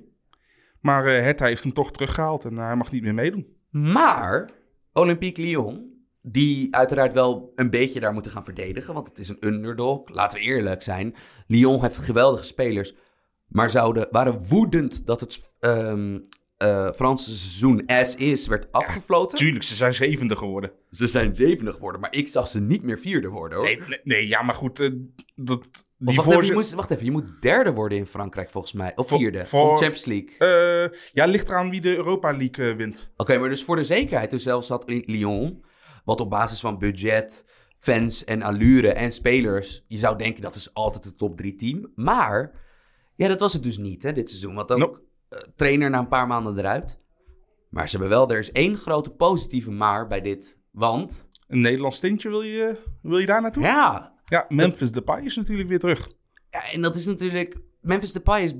Maar eh Hertha heeft hem toch teruggehaald en eh, hij mag niet meer meedoen.
Maar Olympique Lyon, die uiteraard wel een beetje daar moeten gaan verdedigen, want het is een underdog. Laten we eerlijk zijn. Lyon heeft geweldige spelers, maar zouden, waren woedend dat het ehm, eh, Franse seizoen as is werd afgefloten.
Tuurlijk, ze zijn zevende geworden.
ze zijn zevende geworden, maar ik zag ze niet meer vierde worden hoor.
Nee, nee, nee, ja, maar goed. eh, dat,
Of
die
wacht, even, je
voorzet-
moest- wacht even, je moet derde worden in Frankrijk volgens mij. Of
Voor-
vierde,
voor-
voor... Champions League.
Eh, ja, ligt eraan wie de Europa League eh, wint.
Oké, maar dus voor de zekerheid, dus zelfs had Lyon, wat op basis van budget, fans en allure en spelers, je zou denken dat is altijd het top 3 team. Maar, ja, dat was het dus niet hè, dit seizoen. Want ook
Nope.
eh, trainer na een paar maanden eruit. Maar ze hebben wel, er is één grote positieve maar bij dit. Want,
Een Nederlands tintje wil je, wil je daar naartoe? Ja,
ja,
Memphis Depay is natuurlijk weer terug.
ja, en dat is natuurlijk, Memphis Depay is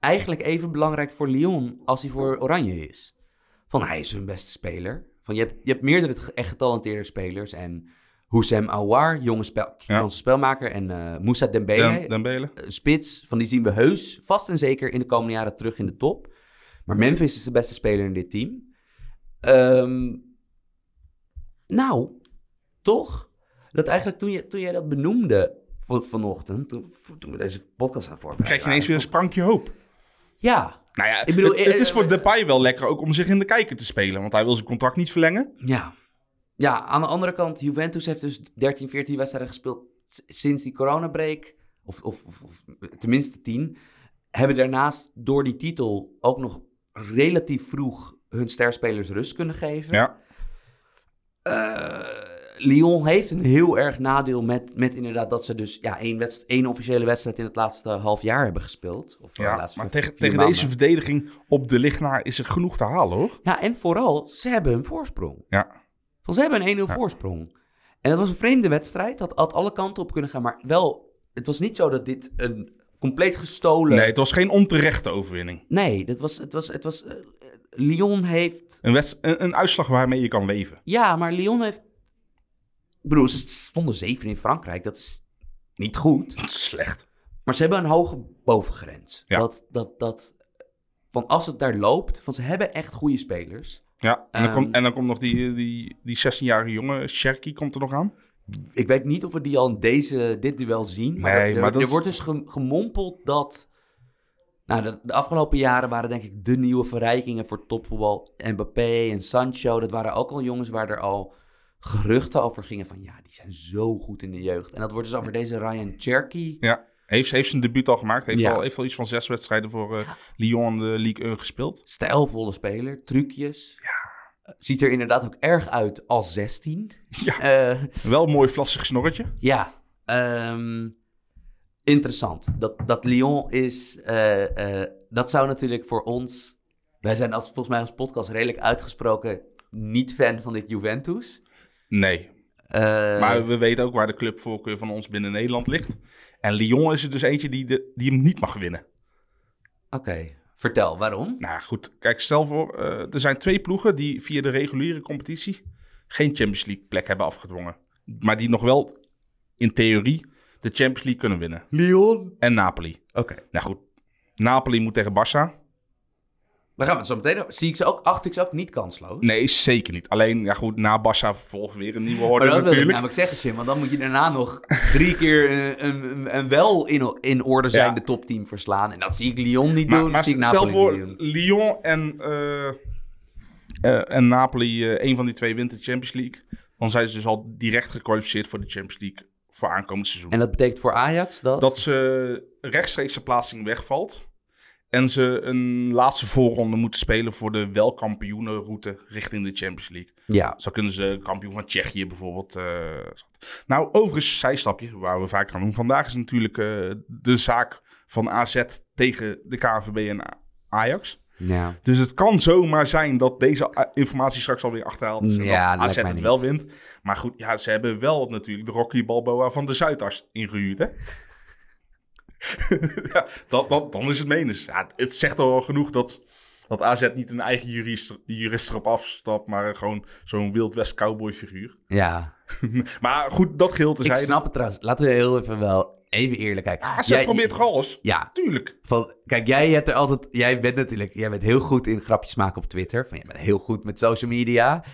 eigenlijk even belangrijk voor Lyon als hij voor Oranje is. Van hij is hun beste speler. Van je hebt, je hebt meerdere ge- echt getalenteerde spelers. En Houssem Aouar, jonge spel,
Ja.
Franse spelmaker. En eh Moussa Dembele,
Dan, Dembele.
eh, spits. Van die zien we heus vast en zeker in de komende jaren terug in de top. Maar Memphis is de beste speler in dit team. Ehm, nou, toch? Dat eigenlijk toen, je, toen jij dat benoemde van, vanochtend, toen, toen we deze podcast aan voorbereiden.
Krijg je ineens weer een
waren,
sprankje hoop.
Ja,
Nou ja,
Ik bedoel,
het, het
eh,
is voor
eh,
Depay wel lekker ook om zich in de kijker te spelen. Want hij wil zijn contract niet verlengen.
ja. Ja, aan de andere kant, Juventus heeft dus 13, 14 wedstrijden gespeeld s- sinds die coronabreak. Of, of, of, of tenminste 10. Hebben daarnaast door die titel ook nog relatief vroeg hun sterspelers rust kunnen geven.
Ja.
Eh, Lyon heeft een heel erg nadeel met, met inderdaad dat ze dus ja, één, wedst- één officiële wedstrijd in het laatste half jaar hebben gespeeld. Of eh,
Ja,
laatste
maar
vier
tegen, tegen
maanden.
deze verdediging op de lichtna is er genoeg te halen, hoor.
Ja, en vooral, ze hebben een voorsprong.
Ja.
Van ze hebben een 1-0 voorsprong. En dat was een vreemde wedstrijd. Dat had alle kanten op kunnen gaan. Maar wel, het was niet zo dat dit een compleet gestolen...
Nee, het was geen onterechte overwinning.
Nee, dat was, het was, het was, eh, Lyon heeft...
Een, wedst- een, een uitslag waarmee je kan
<laughs>
leven.
Ja, maar Lyon heeft... Ik bedoel, ze stonden zeven in Frankrijk. Dat is niet goed.
Slecht.
Maar ze hebben een hoge bovengrens.
Ja.
Dat, dat, dat... Van als het daar loopt... Van ze hebben echt goede spelers.
Ja, en dan,
Ehm.
komt, en dan komt nog die, die, die 16-jarige jongen, Sherky, komt er nog aan.
Ik weet niet of we die al in deze, dit duel zien. Maar,
Nee,
er,
maar dat
er
is-
wordt dus gem- gemompeld dat... Nou, de, de afgelopen jaren waren denk ik de nieuwe verrijkingen voor topvoetbal. Mbappé en Sancho, dat waren ook al jongens waar er al geruchten over gingen van... Ja, die zijn zo goed in de jeugd. En dat wordt dus over deze Ryan Cherky.
Ja, heeft, heeft zijn debuut al gemaakt. Heeft,
Ja.
al, heeft al iets van zes wedstrijden voor eh, Lyon in de League 1 gespeeld.
Stijlvolle speler, trucjes. Ziet er inderdaad ook erg uit als 16.
Ja.
Eh,
Wel een mooi vlassig snorretje.
Ja, ehm, interessant. Dat, dat Lyon is, eh, eh, dat zou natuurlijk voor ons, wij zijn als, volgens mij als podcast redelijk uitgesproken niet fan van dit Juventus.
Nee,
Eh,
maar we weten ook waar de clubvoorkeur van ons binnen Nederland ligt. En Lyon is er dus eentje die, de, die hem niet mag winnen.
Oké, vertel waarom?
Nou goed, kijk, stel voor, eh, er zijn twee ploegen die via de reguliere competitie geen Champions League plek hebben afgedwongen. Maar die nog wel in theorie de Champions League kunnen winnen.
Lyon.
En Napoli.
Oké,
Nou goed, Napoli moet tegen Barça.
daar gaan we het zo meteen over. Zie ik ze ook, acht ik ze ook niet kansloos?
Nee, zeker niet. Alleen, ja goed, na Barça vervolgens weer een nieuwe
Maar
horde
dat wilde ik
natuurlijk.
namelijk zeggen, Jim, want dan moet je daarna nog drie keer eh, een, een, een- een wel in, in orde zijnde topteam verslaan. En dat zie ik Lyon niet
Maar,
doen,
maar
zie ik
stel
Napoli
voor,
niet doen.
Lyon en, eh, eh, en Napoli, eh een van die twee wint de Champions League. Dan zijn ze dus al direct gekwalificeerd voor de Champions League voor aankomend seizoen.
En dat betekent voor Ajax dat?
Dat ze rechtstreeks de plaatsing wegvalt. En ze een laatste voorronde moeten spelen voor de welkampioenenroute richting de Champions League.
Ja.
Zo kunnen ze kampioen van Tsjechië bijvoorbeeld. eh, nou, overigens, zijstapje, waar we vaak gaan doen. Vandaag is natuurlijk eh, de zaak van AZ tegen de KNVB en A- Ajax.
ja.
Dus het kan zomaar zijn dat deze a- informatie straks alweer achterhaald is. en
Ja, dat
dat AZ
lijkt mij
het
niet.
wel wint. Maar goed, ja, ze hebben wel natuurlijk de Rocky Balboa van de Zuidas ingehuurd, hè? <laughs> ja, dat, dat, dan is het menens. Ja, het zegt al genoeg dat, dat AZ niet een eigen jurist, jurist erop afstapt, maar gewoon zo'n Wild West cowboy figuur. <laughs>
Ja,
Maar goed, dat geheel te
ik
zijn.
snap het trouwens. Laten we heel even wel even eerlijk kijken.
AZ
Jij-
probeert toch alles?
Ja,
Tuurlijk.
van, kijk, jij hebt er altijd, jij bent natuurlijk, jij bent heel goed in grapjes maken op Twitter. Van, jij bent heel goed met social media.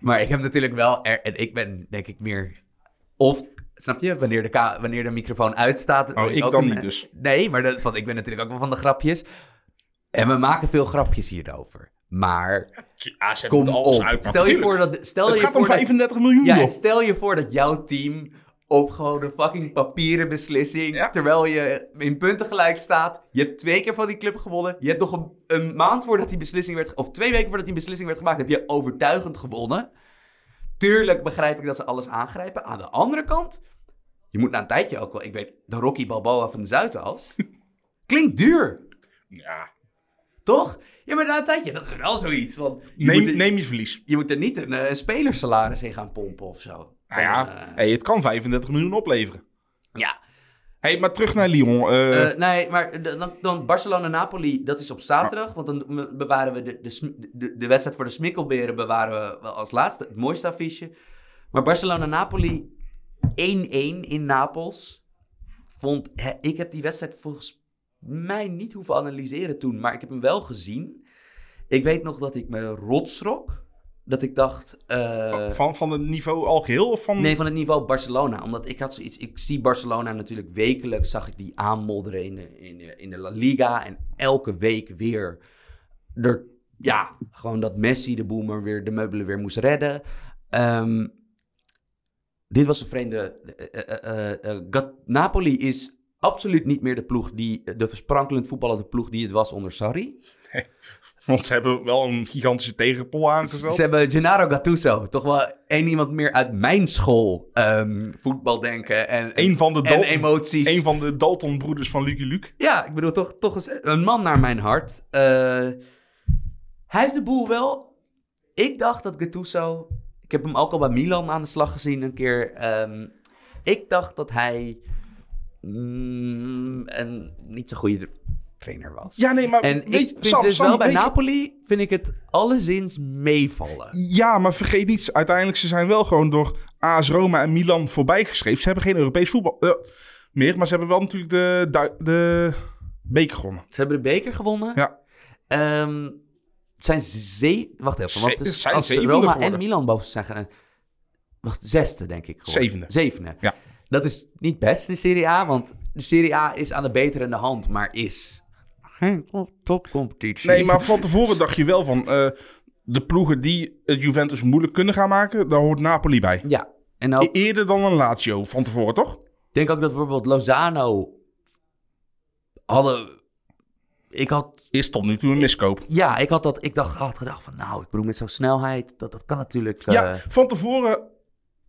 Maar ik heb natuurlijk wel, er, en ik ben denk ik meer, of, snap je, wanneer de, ka- wanneer de microfoon uitstaat. ben
ik
ook
dan
een-
niet dus.
Nee, maar dat- van, ik ben natuurlijk ook wel van de grapjes. En we maken veel grapjes hierover. Maar
Tu- AZ
kom
moet alles
op.
uitmaken.
Stel je voor
Tuurlijk.
dat, stel
Het
je
gaat
voor
om
dat,
35 miljoen,
Ja, en
joh.
stel je voor dat jouw team op gewoon een fucking papieren beslissing,
Ja.
terwijl je in punten gelijk staat. Je hebt twee keer van die club gewonnen. Je hebt nog een, een maand voordat die beslissing werd, ge- of twee weken voordat die beslissing werd gemaakt, heb je overtuigend gewonnen. Tuurlijk begrijp ik dat ze alles aangrijpen. Aan de andere kant, je moet na een tijdje ook wel, ik weet, de Rocky Balboa van de Zuidas, <laughs> klinkt duur,
Ja.
toch? Ja, maar na een tijdje, dat is wel zoiets. Want je,
Neem,
moet, er-
neem je verlies.
je moet er niet een, eh, spelersalaris in gaan pompen of zo.
Nou ja,
Eh,
hey, het kan 35 miljoen opleveren.
Ja,
hey, maar terug naar Lyon. eh,
eh, nee, maar d- dan, dan Barcelona-Napoli, dat is op zaterdag. Want dan m- bewaren we de, de, sm- de, de wedstrijd voor de smikkelberen bewaren we wel als laatste. Het mooiste affiche. Maar Barcelona-Napoli, 1-1 in Napels. Vond, hè, ik heb die wedstrijd volgens mij niet hoeven analyseren toen. Maar ik heb hem wel gezien. Ik weet nog dat ik me rotsrok. Dat ik dacht... eh,
van, van het niveau al geheel of van...
Nee, van het niveau Barcelona. Omdat ik had zoiets. Ik zie Barcelona natuurlijk wekelijks. Zag ik die aanmodderen in de, in de, in de La Liga. En elke week weer. Er, ja, gewoon dat Messi de boemer weer de meubelen weer moest redden. Ehm, dit was een vreemde. eh, eh, eh, eh, Gat- Napoli is absoluut niet meer de ploeg die. De versprankelend voetballende ploeg die het was onder Sarri.
Want ze hebben wel een gigantische tegenpol aangezet.
Ze hebben Gennaro Gattuso, toch wel één iemand meer uit mijn school. ehm, voetbal denken en,
Eén van de
en
Dalton-
emoties.
Een van de Dalton-broeders van Lucky Luke.
Ja, ik bedoel, toch, toch eens eh, een man naar mijn hart. Eh, hij heeft de boel wel... Ik dacht dat Gattuso... Ik heb hem ook al bij Milan aan de slag gezien een keer. Ehm, ik dacht dat hij mm, een niet zo goede trainer was.
Ja, nee, maar
en
weet je-
ik vind
Sam,
dus
Sam,
wel bij
weet je-
Napoli vind ik het alleszins meevallen.
Ja, maar vergeet niet, uiteindelijk ze zijn wel gewoon door AS Roma en Milan voorbijgeschreven. Ze hebben geen Europees voetbal eh, meer, maar ze hebben wel natuurlijk de, du- de beker gewonnen.
Ze hebben de beker gewonnen.
Ja.
Ehm, het zijn ze... Wacht even, want het
Ze-
is
zijn
als
zevende
Roma en
geworden.
Milan boven zijn gaan... Wacht, zesde denk ik. geworden.
Zevende.
Zevende.
Ja.
Dat is niet best in Serie A, want de Serie A is aan de beterende hand, maar is... Geen topcompetitie.
Nee, maar van tevoren dacht je wel van eh, de ploegen die het Juventus moeilijk kunnen gaan maken, daar hoort Napoli bij.
Ja, en
E-
ook, ik
Eerder dan een Lazio, van tevoren toch?
denk ook dat bijvoorbeeld Lozano... Hadden... Ik had
Is tot nu toe een miskoop.
Ja, ik Eh. had dat. Ik dacht, had gedacht van, nou, ik bedoel met zo'n snelheid, dat, dat kan natuurlijk. eh,
ja, van tevoren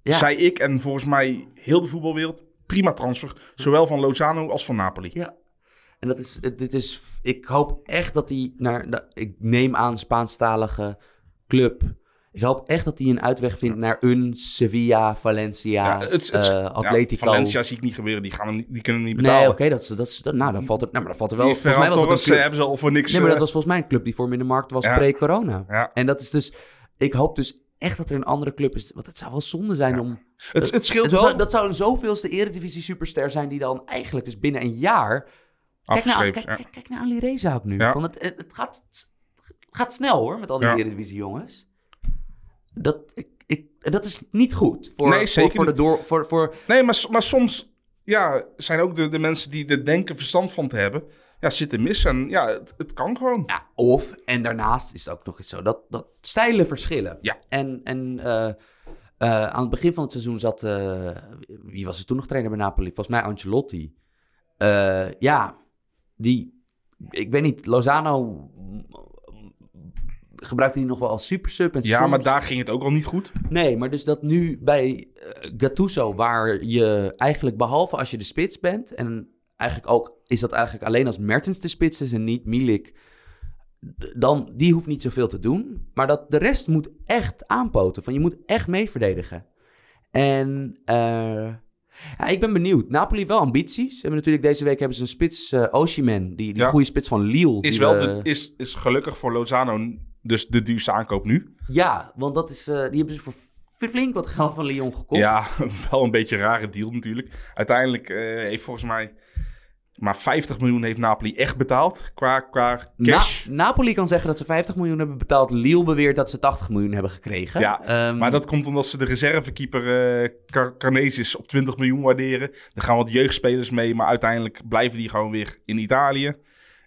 ja.
zei ik en volgens mij heel de voetbalwereld, prima transfer. Zowel van Lozano als van Napoli.
Ja. En dat is, het- dit is, ik hoop echt dat hij naar, na- ik neem aan Spaanstalige club. Ik hoop echt dat hij een uitweg vindt naar een Sevilla, Valencia,
Ja,
eh,
ja,
Atletico.
Valencia zie ik niet gebeuren, die, gaan hem, niet- die kunnen hem niet
nee,
betalen.
oké, dat is, dat is, dat- nou, dan valt er, nou, maar dan valt er wel.
Die
Volgens mij
Ferran
was dat
Torres
een
eh,
club,
hebben ze al voor niks...
nee, maar dat
eh,
was volgens mij een club die voor me in de markt was
Ja.
pre-corona.
Ja.
En dat is dus, ik hoop dus echt dat er een andere club is, want het zou wel zonde zijn om
het, het scheelt
Dat
wel
zou, dat zou een zoveelste eredivisie superster zijn die dan eigenlijk dus binnen een jaar... Kijk naar,
afgeschreven.
kijk, kijk, kijk naar Ali Reza ook nu.
Ja.
Want het, het, het gaat, het gaat snel hoor, met al die
Ja.
eredivisie jongens. Dat, ik, ik, dat is niet goed voor,
Nee,
voor-
zeker
voor, de
niet.
door... Voor, voor,
ja. Nee, maar, s- maar soms ja, zijn ook de, de mensen die er denken verstand van te hebben... Ja, zitten mis en ja, het, het kan gewoon.
ja, of, en daarnaast is het ook nog eens zo, dat, dat stijlen verschillen.
Ja.
En, en eh, eh, aan het begin van het seizoen zat... eh, wie was er toen nog trainer bij Napoli? Volgens mij Ancelotti. Eh, ja, die... Ik weet niet, Lozano mm, gebruikte die nog wel als supersub. En
Ja,
soms-
maar daar ging het ook al niet goed.
Nee, maar dus dat nu bij eh, Gattuso, waar je eigenlijk behalve als je de spits bent... en eigenlijk ook is dat eigenlijk alleen als Mertens de spits is en niet Milik... d- dan die hoeft niet zoveel te doen. Maar dat de rest moet echt aanpoten. Van je moet echt mee verdedigen. En eh, ja, ik ben benieuwd. Napoli wel ambities. Ze hebben natuurlijk deze week hebben ze een spits eh Osimhen, die, die
Ja.
goede spits van Lille.
Is,
die
wel
we-
de, is, is gelukkig voor Lozano dus de duurste aankoop nu.
Ja, want dat is, eh, die hebben ze voor f- flink wat geld van Lyon gekocht.
Ja, <laughs> wel een beetje een rare deal natuurlijk. Uiteindelijk eh, heeft volgens mij... Maar 50 miljoen heeft Napoli echt betaald qua, qua cash.
Na- Napoli kan zeggen dat ze 50 miljoen hebben betaald. Lille beweert dat ze 80 miljoen hebben gekregen.
Ja,
Ehm,
Maar dat komt omdat ze de reservekeeper eh Car- Carnesis op 20 miljoen waarderen. Er gaan wat jeugdspelers mee, maar uiteindelijk blijven die gewoon weer in Italië.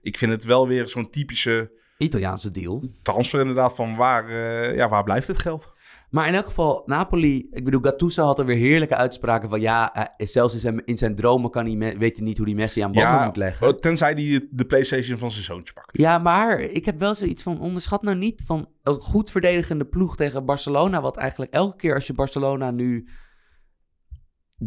Ik vind het wel weer zo'n typische
Italiaanse deal.
transfer inderdaad van waar, eh, ja, waar blijft het geld?
Maar in elk geval, Napoli... Ik bedoel, Gattuso had er weer heerlijke uitspraken van... Ja, eh, zelfs in zijn, in zijn dromen kan hij me- weet hij niet hoe die Messi aan banden moet leggen.
Tenzij hij de Playstation van zijn zoontje pakt.
Ja, maar ik heb wel zoiets van... Onderschat nou niet van een goed verdedigende ploeg tegen Barcelona... wat eigenlijk elke keer als je Barcelona nu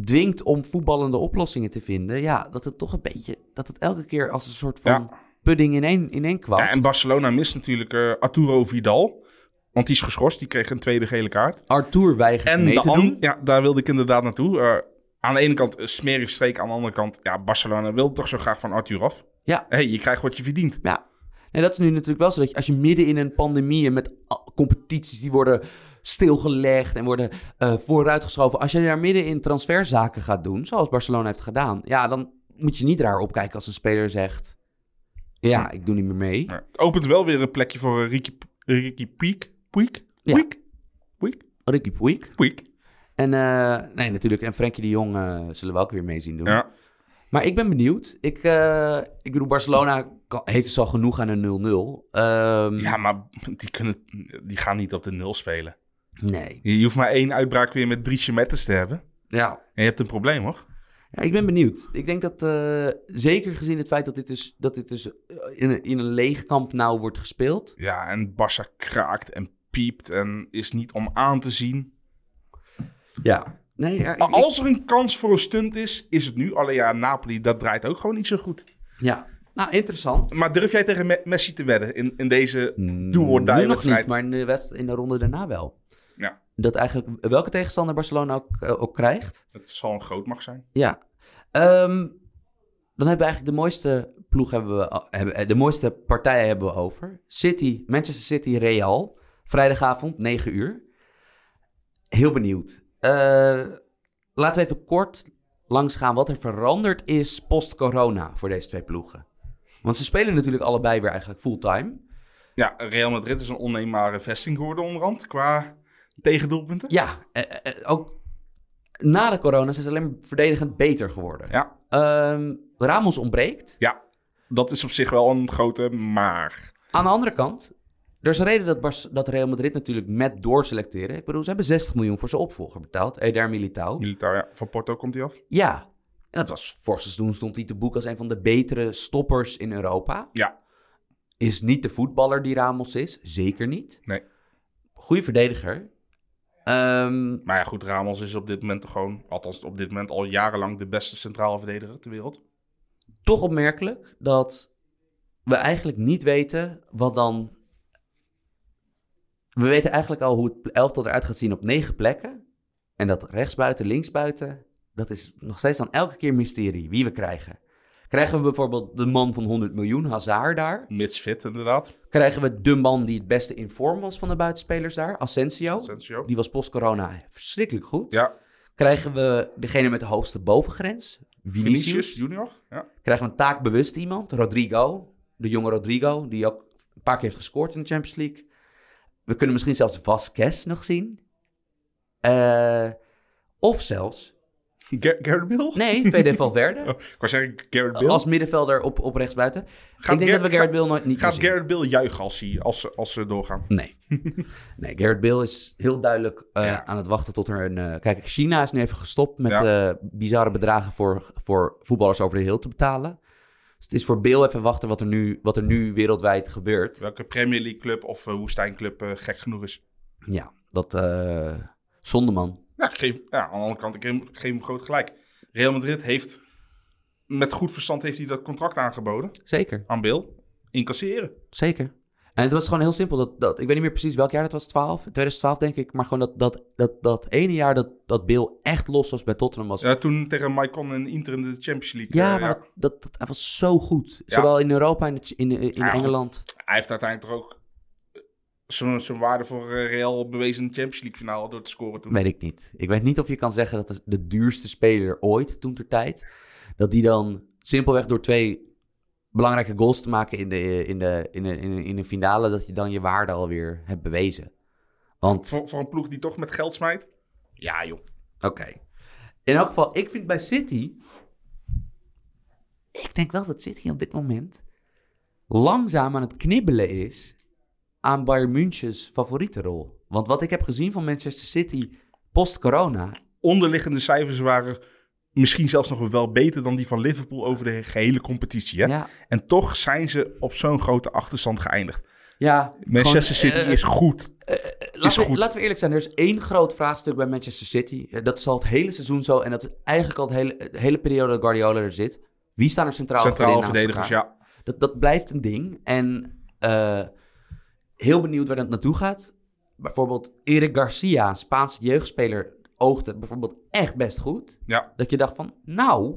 dwingt om voetballende oplossingen te vinden... Ja, dat het toch een beetje... Dat het elke keer als een soort van...
Ja.
Pudding in één, in één kwam.
Ja, en Barcelona mist natuurlijk eh, Arturo Vidal. Want die is geschorst, die kreeg een tweede gele kaart.
Arthur weigert
En
mee
de
te
an-
doen.
Ja, daar wilde ik inderdaad naartoe. Eh, aan de ene kant een smerig streek, aan de andere kant... Ja, Barcelona wil toch zo graag van Arthur af.
Ja.
hey, je krijgt wat je verdient.
Ja. En dat is nu natuurlijk wel zo dat je, als je midden in een pandemie en met al- competities die worden stilgelegd en worden eh, vooruitgeschoven, als je daar midden in transferzaken gaat doen, zoals Barcelona heeft gedaan, ja, dan moet je niet raar opkijken als een speler zegt: Ja, ik doe niet meer mee.
Ja, het opent wel weer een plekje voor eh, Ricky, Ricky Piek. Puik?
Ja.
Puik? Puik?
Ricky Puig.
Puik.
En eh, nee, natuurlijk. En Frenkie de Jong eh, zullen we ook weer mee zien doen.
Ja.
Maar ik ben benieuwd. Ik, eh, ik bedoel, Barcelona kan- heeft dus al genoeg aan een 0-0. Ehm,
ja, maar die, kunnen, die gaan niet op de nul spelen.
Nee.
Je, je hoeft maar één uitbraak weer met drie chemettes te hebben.
Ja,
En je hebt een probleem, hoor.
Ja, ik ben benieuwd. Ik denk dat, eh, zeker gezien het feit dat dit dus, dat dit dus eh, in, een, in een leeg kamp nou wordt gespeeld.
Ja, en Barça kraakt en piept en is niet om aan te zien.
Ja. Nee, ja, ik-
Maar als er een kans voor een stunt is, is het nu. Alleen ja, Napoli, dat draait ook gewoon niet zo goed.
ja. Nou, interessant.
Maar durf jij tegen Me- Messi te wedden in, in deze do-or-die
Mm, Nu nog niet,
wedstrijd?
maar in de, wedst- in de ronde daarna wel.
Ja.
Dat eigenlijk welke tegenstander Barcelona ook, eh, ook krijgt.
Het zal een groot mag zijn.
Ja. Ehm, dan hebben we eigenlijk de mooiste ploeg hebben we, al- hebben, eh, de mooiste partijen hebben we over. City, Manchester City, Real. Vrijdagavond, 9 uur. Heel benieuwd. Eh, laten we even kort langsgaan wat er veranderd is post-corona voor deze twee ploegen. Want ze spelen natuurlijk allebei weer eigenlijk fulltime.
Ja, Real Madrid is een onneembare vesting geworden onderhand qua tegendoelpunten.
Ja, eh, eh, ook na de corona zijn ze alleen maar verdedigend beter geworden.
Ja.
Ehm, Ramos ontbreekt.
ja, dat is op zich wel een grote maar.
Aan de andere kant, er is een reden dat, Bars- dat Real Madrid natuurlijk met doorselecteren. Ik bedoel, ze hebben 60 miljoen voor zijn opvolger betaald, Eder Militao.
Militair, ja. Van Porto komt hij af.
Ja, en dat was vorig seizoen stond hij te boek als een van de betere stoppers in Europa.
Ja.
Is niet de voetballer die Ramos is, zeker niet.
Nee.
Goeie verdediger. Ehm,
Maar ja, goed, Ramos is op dit moment gewoon, althans op dit moment al jarenlang de beste centrale verdediger ter wereld.
toch opmerkelijk dat we eigenlijk niet weten wat dan. We weten eigenlijk al hoe het elftal eruit gaat zien op negen plekken. En dat rechtsbuiten, linksbuiten, dat is nog steeds dan elke keer mysterie wie we krijgen. Krijgen we bijvoorbeeld de man van 100 miljoen, Hazard, daar?
Mits fit, inderdaad.
Krijgen we de man die het beste in vorm was van de buitenspelers daar, Asensio?
Asensio.
Die was post-corona verschrikkelijk goed.
Ja,
Krijgen we degene met de hoogste bovengrens, Vinicius?
Vinicius junior. Ja.
krijgen we een taakbewust iemand, Rodrigo, de jonge Rodrigo, die ook een paar keer heeft gescoord in de Champions League. We kunnen misschien zelfs Vasquez nog zien. Eh, of zelfs,
Ger- Gareth Bale?
nee, VD Valverde,
<laughs> Oh, ik wou zeggen Gareth Bale.
als middenvelder op, op rechtsbuiten. Ik denk
Ger-
dat we Gerrit Bill nooit niet
Gaat
meer zien.
Gareth Bale juichen als, hij, als, ze, als ze doorgaan? <laughs>
Nee. nee, Gerrit Bill is heel duidelijk eh,
Ja.
aan het wachten tot er een... eh, kijk, China is nu even gestopt met
Ja.
eh, bizarre bedragen voor, voor voetballers over de heel te betalen. Dus het is voor Bill even wachten wat er nu, wat er nu wereldwijd gebeurt.
Welke Premier League club of eh, woestijnclub eh, gek genoeg is?
Ja, dat eh zonde man.
Ja, ik geef, ja, aan de andere kant, ik geef, ik geef hem groot gelijk. Real Madrid heeft, met goed verstand heeft hij dat contract aangeboden
Zeker,
aan Bale. Incasseren.
zeker. En het was gewoon heel simpel. Dat, dat, ik weet niet meer precies welk jaar dat was, 12, 2012 denk ik. Maar gewoon dat, dat, dat, dat ene jaar dat, dat Bill echt los was bij Tottenham was. Ja,
Ja, toen tegen Maicon en Inter in de Champions League. eh,
maar Dat, dat, dat- hij was zo goed.
Ja.
Zowel in Europa en in, de- in, de- in
Ja,
Engeland.
Hij heeft uiteindelijk toch ook zo'n zo'n waarde voor eh, Real bewezen in de Champions League finale door te scoren toen.
Weet ik niet. Ik weet niet of je kan zeggen dat de- de duurste speler ooit, toen ter tijd, dat die dan simpelweg door twee belangrijke goals te maken in de, in de, in de, in de, in de finale, dat je dan je waarde alweer hebt bewezen. Want
Voor, voor een ploeg die toch met geld smijt. Ja, joh.
Oké. In elk geval, ik vind bij City. Ik denk wel dat City op dit moment langzaam aan het knibbelen is aan Bayern München's favoriete rol. Want wat ik heb gezien van Manchester City post-corona.
Onderliggende cijfers waren misschien zelfs nog wel beter dan die van Liverpool over de gehele competitie. Hè?
Ja,
En toch zijn ze op zo'n grote achterstand geëindigd.
ja,
Manchester
gewoon,
City
eh,
is goed.
laten, we,
goed.
laten we eerlijk zijn, er is één groot vraagstuk bij Manchester City. Eh, Dat is al het hele seizoen zo en dat is eigenlijk al de hele, de hele periode dat Guardiola er zit. Wie staan er centraal
Centraal
achterin naast
verdedigers,
elkaar?
ja.
Dat, dat blijft een ding. En eh, heel benieuwd waar dat naartoe gaat. Bijvoorbeeld Eric Garcia, een Spaanse jeugdspeler, oogde bijvoorbeeld echt best goed.
ja.
Dat je dacht van, nou,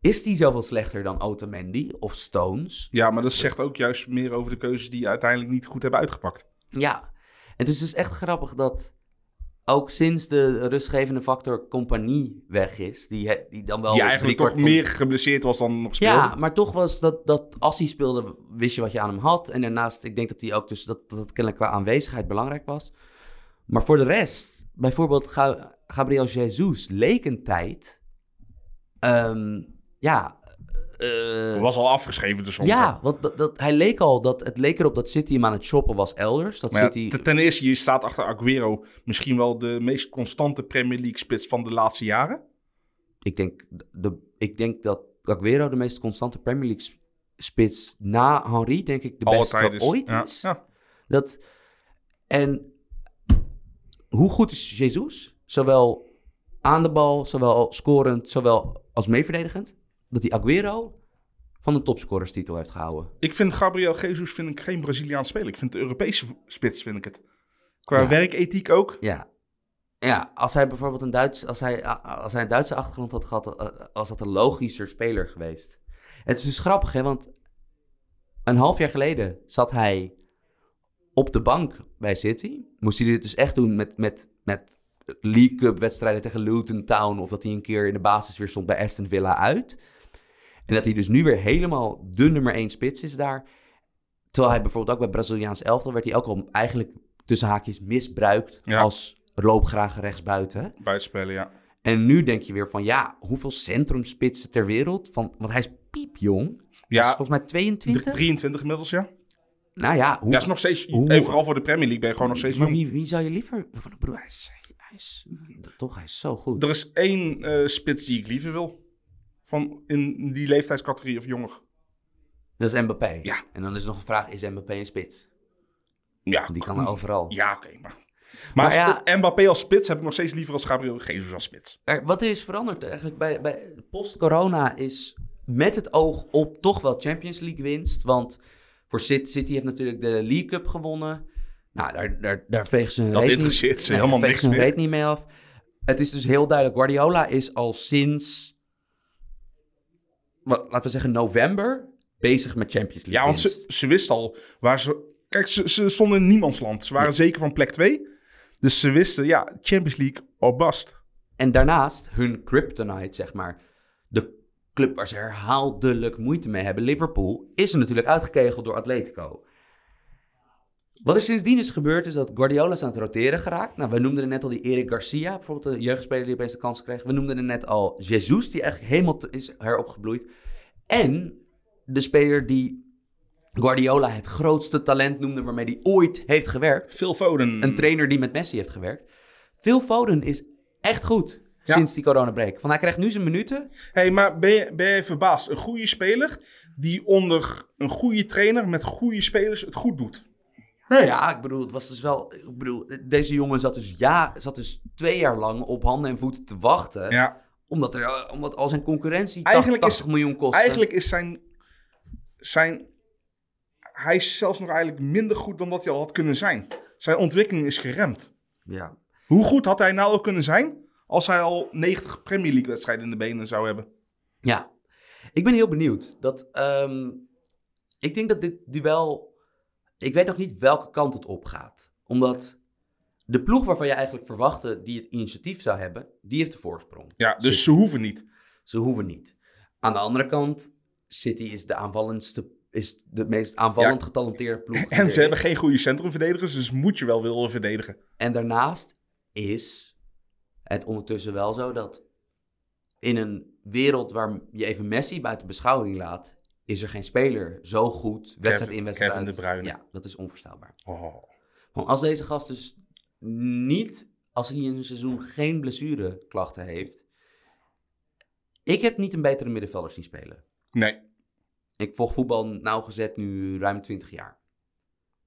is die zoveel slechter dan Otamendi of Stones?
Ja, maar dat zegt ook juist meer over de keuzes die uiteindelijk niet goed hebben uitgepakt.
Ja, het is dus echt grappig dat ook sinds de rustgevende factor compagnie weg is, die, he- die dan wel...
Die eigenlijk
driekwart
toch
van-
meer geblesseerd was dan nog speelde.
Ja, maar toch was dat, dat als hij speelde, wist je wat je aan hem had. En daarnaast, ik denk dat hij ook dus dat, dat het kennelijk qua aanwezigheid belangrijk was. Maar voor de rest, bijvoorbeeld Ga- Gabriel Jesus leek een tijd. ehm, ja, eh,
Was al afgeschreven dus.
ja, want dat, dat, hij leek al dat het leek erop dat City hem aan het shoppen was elders. Dat
Maar ja,
City,
te- ten eerste, je staat achter Aguero. Misschien wel de meest constante Premier League spits van de laatste jaren.
ik denk, de, ik denk dat Aguero de meest constante Premier League sp- spits na Henry, denk ik, de
Alle
beste
tijden is-
ooit
dus- ja,
is.
ja.
Dat, en hoe goed is Jesus? Zowel aan de bal, zowel scorend, zowel als meeverdedigend. Dat hij Aguero van de topscorerstitel heeft gehouden.
Ik vind Gabriel Jesus vind ik geen Braziliaans speler. Ik vind de Europese v- spits, vind ik het. Qua
Ja.
werkethiek ook.
Ja. Ja, als hij bijvoorbeeld een, Duits, als hij, als hij een Duitse achtergrond had gehad, eh, was dat een logischer speler geweest. Het is dus grappig, hè, want een half jaar geleden zat hij op de bank bij City. Moest hij dit dus echt doen met, met, met League Cup wedstrijden tegen Luton Town... of dat hij een keer in de basis weer stond bij Aston Villa uit. En dat hij dus nu weer helemaal de nummer één spits is daar. Terwijl hij bijvoorbeeld ook bij Braziliaans elftal werd hij ook al eigenlijk tussen haakjes misbruikt
Ja.
als loopgraag rechtsbuiten.
Buitenspelen, ja.
En nu denk je weer van ja, hoeveel centrumspitsen ter wereld? Van, want hij is piepjong. Ja.
Ja.
Is volgens mij 22.
23 inmiddels, ja.
Nou ja, hoe,
Ja, is nog steeds...
Hoe-
en vooral voor de Premier League ben je gewoon nog steeds
maar
jong.
wie, wie zou je liever... Van, ik bedoel, hij is, hij is, toch, hij is zo goed.
Er is één eh, spits die ik liever wil. Van in die leeftijdscategorie of jonger.
Dat is Mbappé.
Ja.
En dan is nog een vraag, is Mbappé een spits?
Ja,
Want Die kan overal.
Ja, oké. maar maar,
Maar
als-
Nou ja-
Mbappé als spits heb ik nog steeds liever als Gabriel Jesus als spits.
Er- wat er is veranderd eigenlijk bij, bij post-corona is met het oog op toch wel Champions League winst. Want voor City, City heeft natuurlijk de League Cup gewonnen. Nou, daar, daar, daar vegen ze hun
Dat
reet
interesseert
niet,
ze
Nee, daar
helemaal niks
vegen ze hun
meer.
reet niet mee af. Het is dus heel duidelijk, Guardiola is al sinds, wat, laten we zeggen november, bezig met Champions League
Ja, want
winst.
ze, ze wist al waar ze... Kijk, ze, ze stonden in niemands land. Ze waren zeker van plek 2. Dus ze wisten, ja, Champions League al bast.
En daarnaast hun kryptonite, zeg maar. De club waar ze herhaaldelijk moeite mee hebben, Liverpool, is er natuurlijk uitgekegeld door Atletico. Wat er sindsdien is gebeurd, is dat Guardiola is aan het roteren geraakt. Nou, we noemden er net al die Eric Garcia, bijvoorbeeld een jeugdspeler die opeens de kans kreeg. We noemden er net al Jesus, die eigenlijk helemaal te- is heropgebloeid. En de speler die Guardiola het grootste talent noemde waarmee hij ooit heeft gewerkt
Phil Foden.
een trainer die met Messi heeft gewerkt. Phil Foden is echt goed
Ja.
sinds die coronabreak. Van hij krijgt nu zijn minuten.
hey, maar ben je, ben je verbaasd? Een goede speler die onder een goede trainer met goede spelers het goed doet.
Ja, ik bedoel, het was dus wel. Ik bedoel, deze jongen zat dus, ja, zat dus twee jaar lang op handen en voeten te wachten.
Ja,
Omdat, er, eh, omdat al zijn concurrentie
Eigenlijk
80
is-
miljoen kostte.
Eigenlijk is zijn, zijn. Hij is zelfs nog eigenlijk minder goed dan dat hij al had kunnen zijn. Zijn ontwikkeling is geremd.
Ja.
Hoe goed had hij nou al kunnen zijn als hij al 90 Premier League wedstrijden in de benen zou hebben?
Ja, ik ben heel benieuwd. Dat, ehm, ik denk dat dit duel. Ik weet nog niet welke kant het op gaat. Omdat de ploeg waarvan je eigenlijk verwachtte die het initiatief zou hebben, die heeft de voorsprong.
Ja, dus
City.
ze hoeven niet.
Ze hoeven niet. Aan de andere kant, City is de aanvallendste, is de meest aanvallend
Ja.
getalenteerde ploeg. die
En
er
ze hebben
is.
geen goede centrumverdedigers, dus moet je wel willen verdedigen.
En daarnaast is het ondertussen wel zo dat in een wereld waar je even Messi buiten beschouwing laat, is er geen speler zo goed wedstrijd in wedstrijd
Kevin
uit.
De Bruyne.
Ja, dat is onvoorstelbaar.
Oh.
Want als deze gast dus niet, als hij in een seizoen geen blessureklachten heeft, ik heb niet een betere middenvelder zien spelen.
Nee.
Ik volg voetbal nauwgezet nu ruim 20 jaar.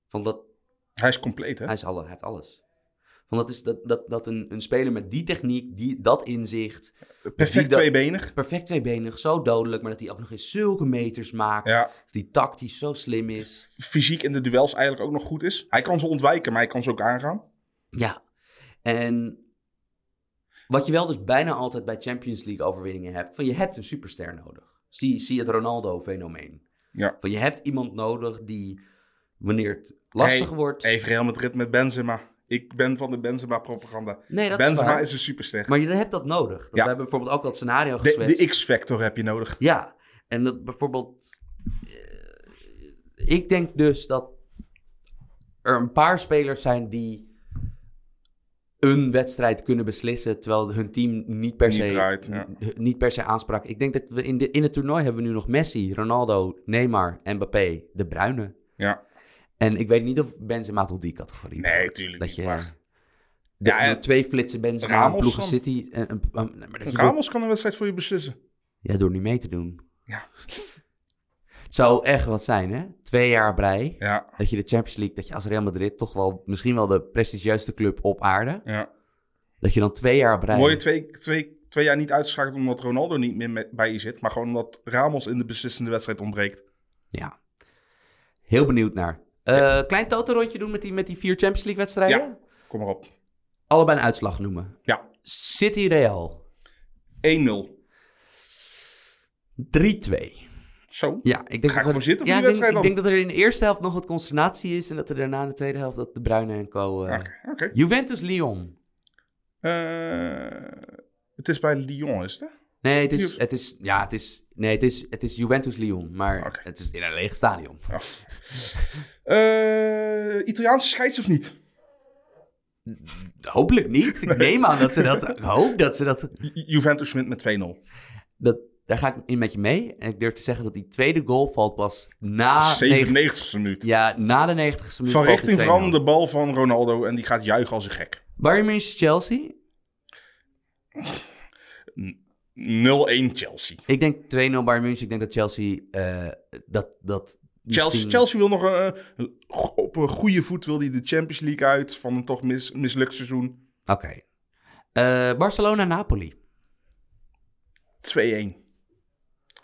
Van dat,
Hij is compleet, hè?
hij, is alle, hij heeft alles. Van dat is dat, dat, dat een, een speler met die techniek, die, dat inzicht,
Perfect
die dat-
tweebenig.
perfect tweebenig, zo dodelijk, maar dat hij ook nog eens zulke meters maakt,
Ja.
die tactisch zo slim is.
Fysiek in de duels eigenlijk ook nog goed is. Hij kan ze ontwijken, maar hij kan ze ook aangaan.
Ja. En wat je wel dus bijna altijd bij Champions League overwinningen hebt, van je hebt een superster nodig. Zie, zie het Ronaldo-fenomeen.
Ja.
Van je hebt iemand nodig die, wanneer het lastig
Hey,
wordt...
Even Real Madrid met Benzema. Ik ben van de Benzema-propaganda.
nee, dat is
Benzema
waar.
is een superster.
Maar je hebt dat nodig. Want
Ja.
We hebben bijvoorbeeld ook dat scenario
De,
geschetst.
de X-factor heb je nodig.
Ja, en dat bijvoorbeeld... eh, ik denk dus dat er een paar spelers zijn die een wedstrijd kunnen beslissen... terwijl hun team niet per
Niet
se, Mm.
draait, ja.
n- niet per se aanspraak... Ik denk dat we in, de, in het toernooi hebben we nu nog Messi, Ronaldo, Neymar, Mbappé, De Bruyne.
Ja.
En ik weet niet of Benzema tot die categorie
Nee,
behoort.
tuurlijk
dat
niet,
Je,
maar- Ja,
Ja,
en-
twee flitsen Benzema,
Ramos
een ploegen
dan?
City. En, een- een- nee, maar dat je wil-
Ramos kan een wedstrijd voor je beslissen.
ja, door niet mee te doen.
Ja.
<laughs> Het zou echt wat zijn, hè? Twee jaar brei.
Ja,
Dat je de Champions League, dat je als Real Madrid toch wel misschien wel de prestigieuze club op aarde.
ja.
Dat je dan twee jaar brei.
Mooie twee, twee, twee jaar niet uitgeschakeld omdat Ronaldo niet meer met- bij je zit. Maar gewoon omdat Ramos in de beslissende wedstrijd ontbreekt.
Ja. Heel benieuwd naar. Eh, Klein totenrondje doen met die, met die vier Champions League wedstrijden.
Ja. Kom maar op.
Allebei een uitslag noemen.
Ja,
City Real
1-0.
3-2.
Zo.
Ja, ik denk
Ga ik
dat
voor
we-
zitten voor die
ja, ik denk-
wedstrijd dan?
Ik denk dat er in de eerste helft nog wat consternatie is. En dat er daarna in de tweede helft dat de Bruyne en co... eh,
Oké. oké.
Juventus-Lyon.
Eh, het is bij Lyon, is het? hè?
Nee, het is,
Juve.
het is, ja, het is, nee, het is, het is Juventus-Lyon. Maar
Oké.
het is in een leeg stadion.
Oh. Eh, Italiaanse scheids of niet?
Hopelijk
<laughs>
niet. Ik neem aan dat ze dat... Ik hoop dat ze dat...
Ju- Juventus wint met 2-0.
dat daar ga ik in met je mee. En ik durf te zeggen dat die tweede goal valt pas na...
97 e minuut.
negen- Ah, ja, na de 90ste minuut.
Van
valt de
richting
2-0.
veranderde bal van Ronaldo en die gaat juichen als een gek.
Bayern München-Chelsea.
0-1 Chelsea.
Ik denk 2-0 Bayern München. Ik denk dat Chelsea... eh, dat, dat
Chelsea,
misschien-
Chelsea wil nog een, een- op een goede voet wil die de Champions League uit van een toch mis, mislukt seizoen.
Oké. Eh, Barcelona-Napoli.
2-1.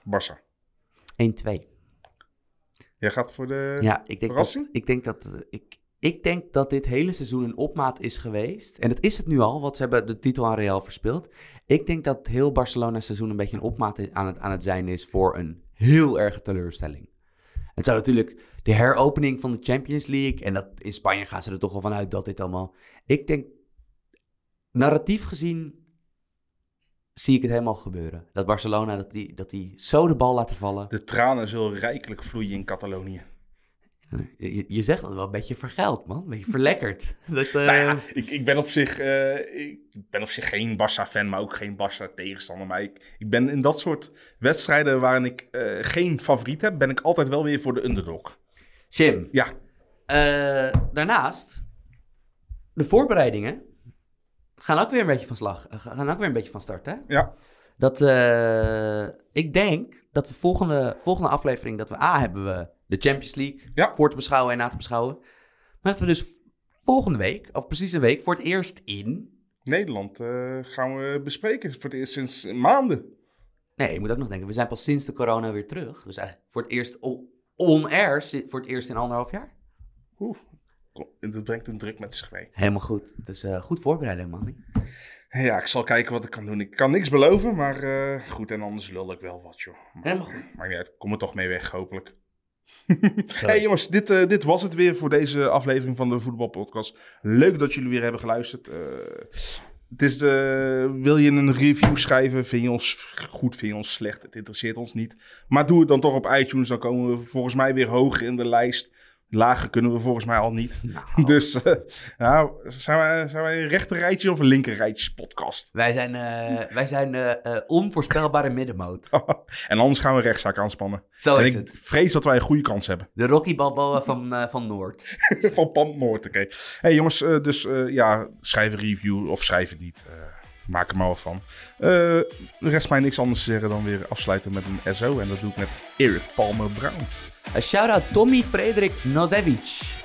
Barça.
1-2.
Jij gaat voor de...
Ja, ik denk dat,
verrassing?
ik denk dat eh, ik, ik denk dat dit hele seizoen een opmaat is geweest. En dat is het nu al, want ze hebben de titel aan Real verspeeld. Ik denk dat heel Barcelona seizoen een beetje een opmaat i- aan het, aan het zijn is voor een heel erge teleurstelling. Het zou natuurlijk de heropening van de Champions League. En dat, in Spanje gaan ze er toch wel vanuit dat dit allemaal. Ik denk, narratief gezien, zie ik het helemaal gebeuren. Dat Barcelona dat die, dat die zo de bal laten vallen.
De tranen zullen rijkelijk vloeien in Catalonië.
Je, je zegt dat wel een beetje vergeld, man. Een beetje <laughs> verlekkerd. Dat, eh,
Nou ja, ik, ik, ben op zich, eh, ik ben op zich geen Barça-fan, maar ook geen Barça-tegenstander. Maar ik, ik ben in dat soort wedstrijden waarin ik eh, geen favoriet heb, ben ik altijd wel weer voor de underdog.
Jim,
Ja,
eh, daarnaast, de voorbereidingen gaan ook weer een beetje van slag. eh, Gaan ook weer een beetje van start, hè?
ja.
Dat, eh, ik denk dat we volgende, volgende aflevering, dat we A, hebben we de Champions League
Ja.
voor te beschouwen en na te beschouwen. Maar dat we dus volgende week, of precies een week, voor het eerst in...
Nederland eh, gaan we bespreken voor het eerst sinds maanden.
Nee, je moet ook nog denken, we zijn pas sinds de corona weer terug. Dus eigenlijk voor het eerst on- on-air, si- voor het eerst in anderhalf jaar.
Oeh, kom, dat brengt een druk met zich mee.
Helemaal goed. Dus eh, goed voorbereiden, man.
Ja, ik zal kijken wat ik kan doen. Ik kan niks beloven, maar eh, goed, en anders lul ik wel wat, joh. Maar-
Helemaal goed.
Maar ja, ik kom er toch mee weg, hopelijk.
Zo
hey
is
jongens, dit, eh, dit was het weer voor deze aflevering van de Voetbalpodcast. Leuk dat jullie weer hebben geluisterd. Eh, het is de, wil je een review schrijven? Vind je ons goed? Vind je ons slecht? Het interesseert ons niet. Maar doe het dan toch op iTunes. Dan komen we volgens mij weer hoger in de lijst. Lager kunnen we volgens mij al niet.
Nou.
<laughs> Dus eh, nou, zijn, wij, zijn wij een rechter rijtje of een linker rijtjes podcast? <laughs>
Wij zijn, eh, wij zijn eh, eh, onvoorspelbare middenmoot.
en anders gaan we een rechtszaak aanspannen.
Zo
en
is
ik
het.
vrees dat wij een goede kans hebben.
De Rocky Balboa van, eh, van Noord.
<laughs> van Pandmoord, oké. hey, jongens, eh, dus eh, ja, schrijf een review of schrijf het niet. Eh, maak er maar wat van. Eh, Er rest mij niks anders te zeggen dan weer afsluiten met een SO. En dat doe ik met Eric Palmer Brown.
Een shout-out Tommy Frederik Nozevic.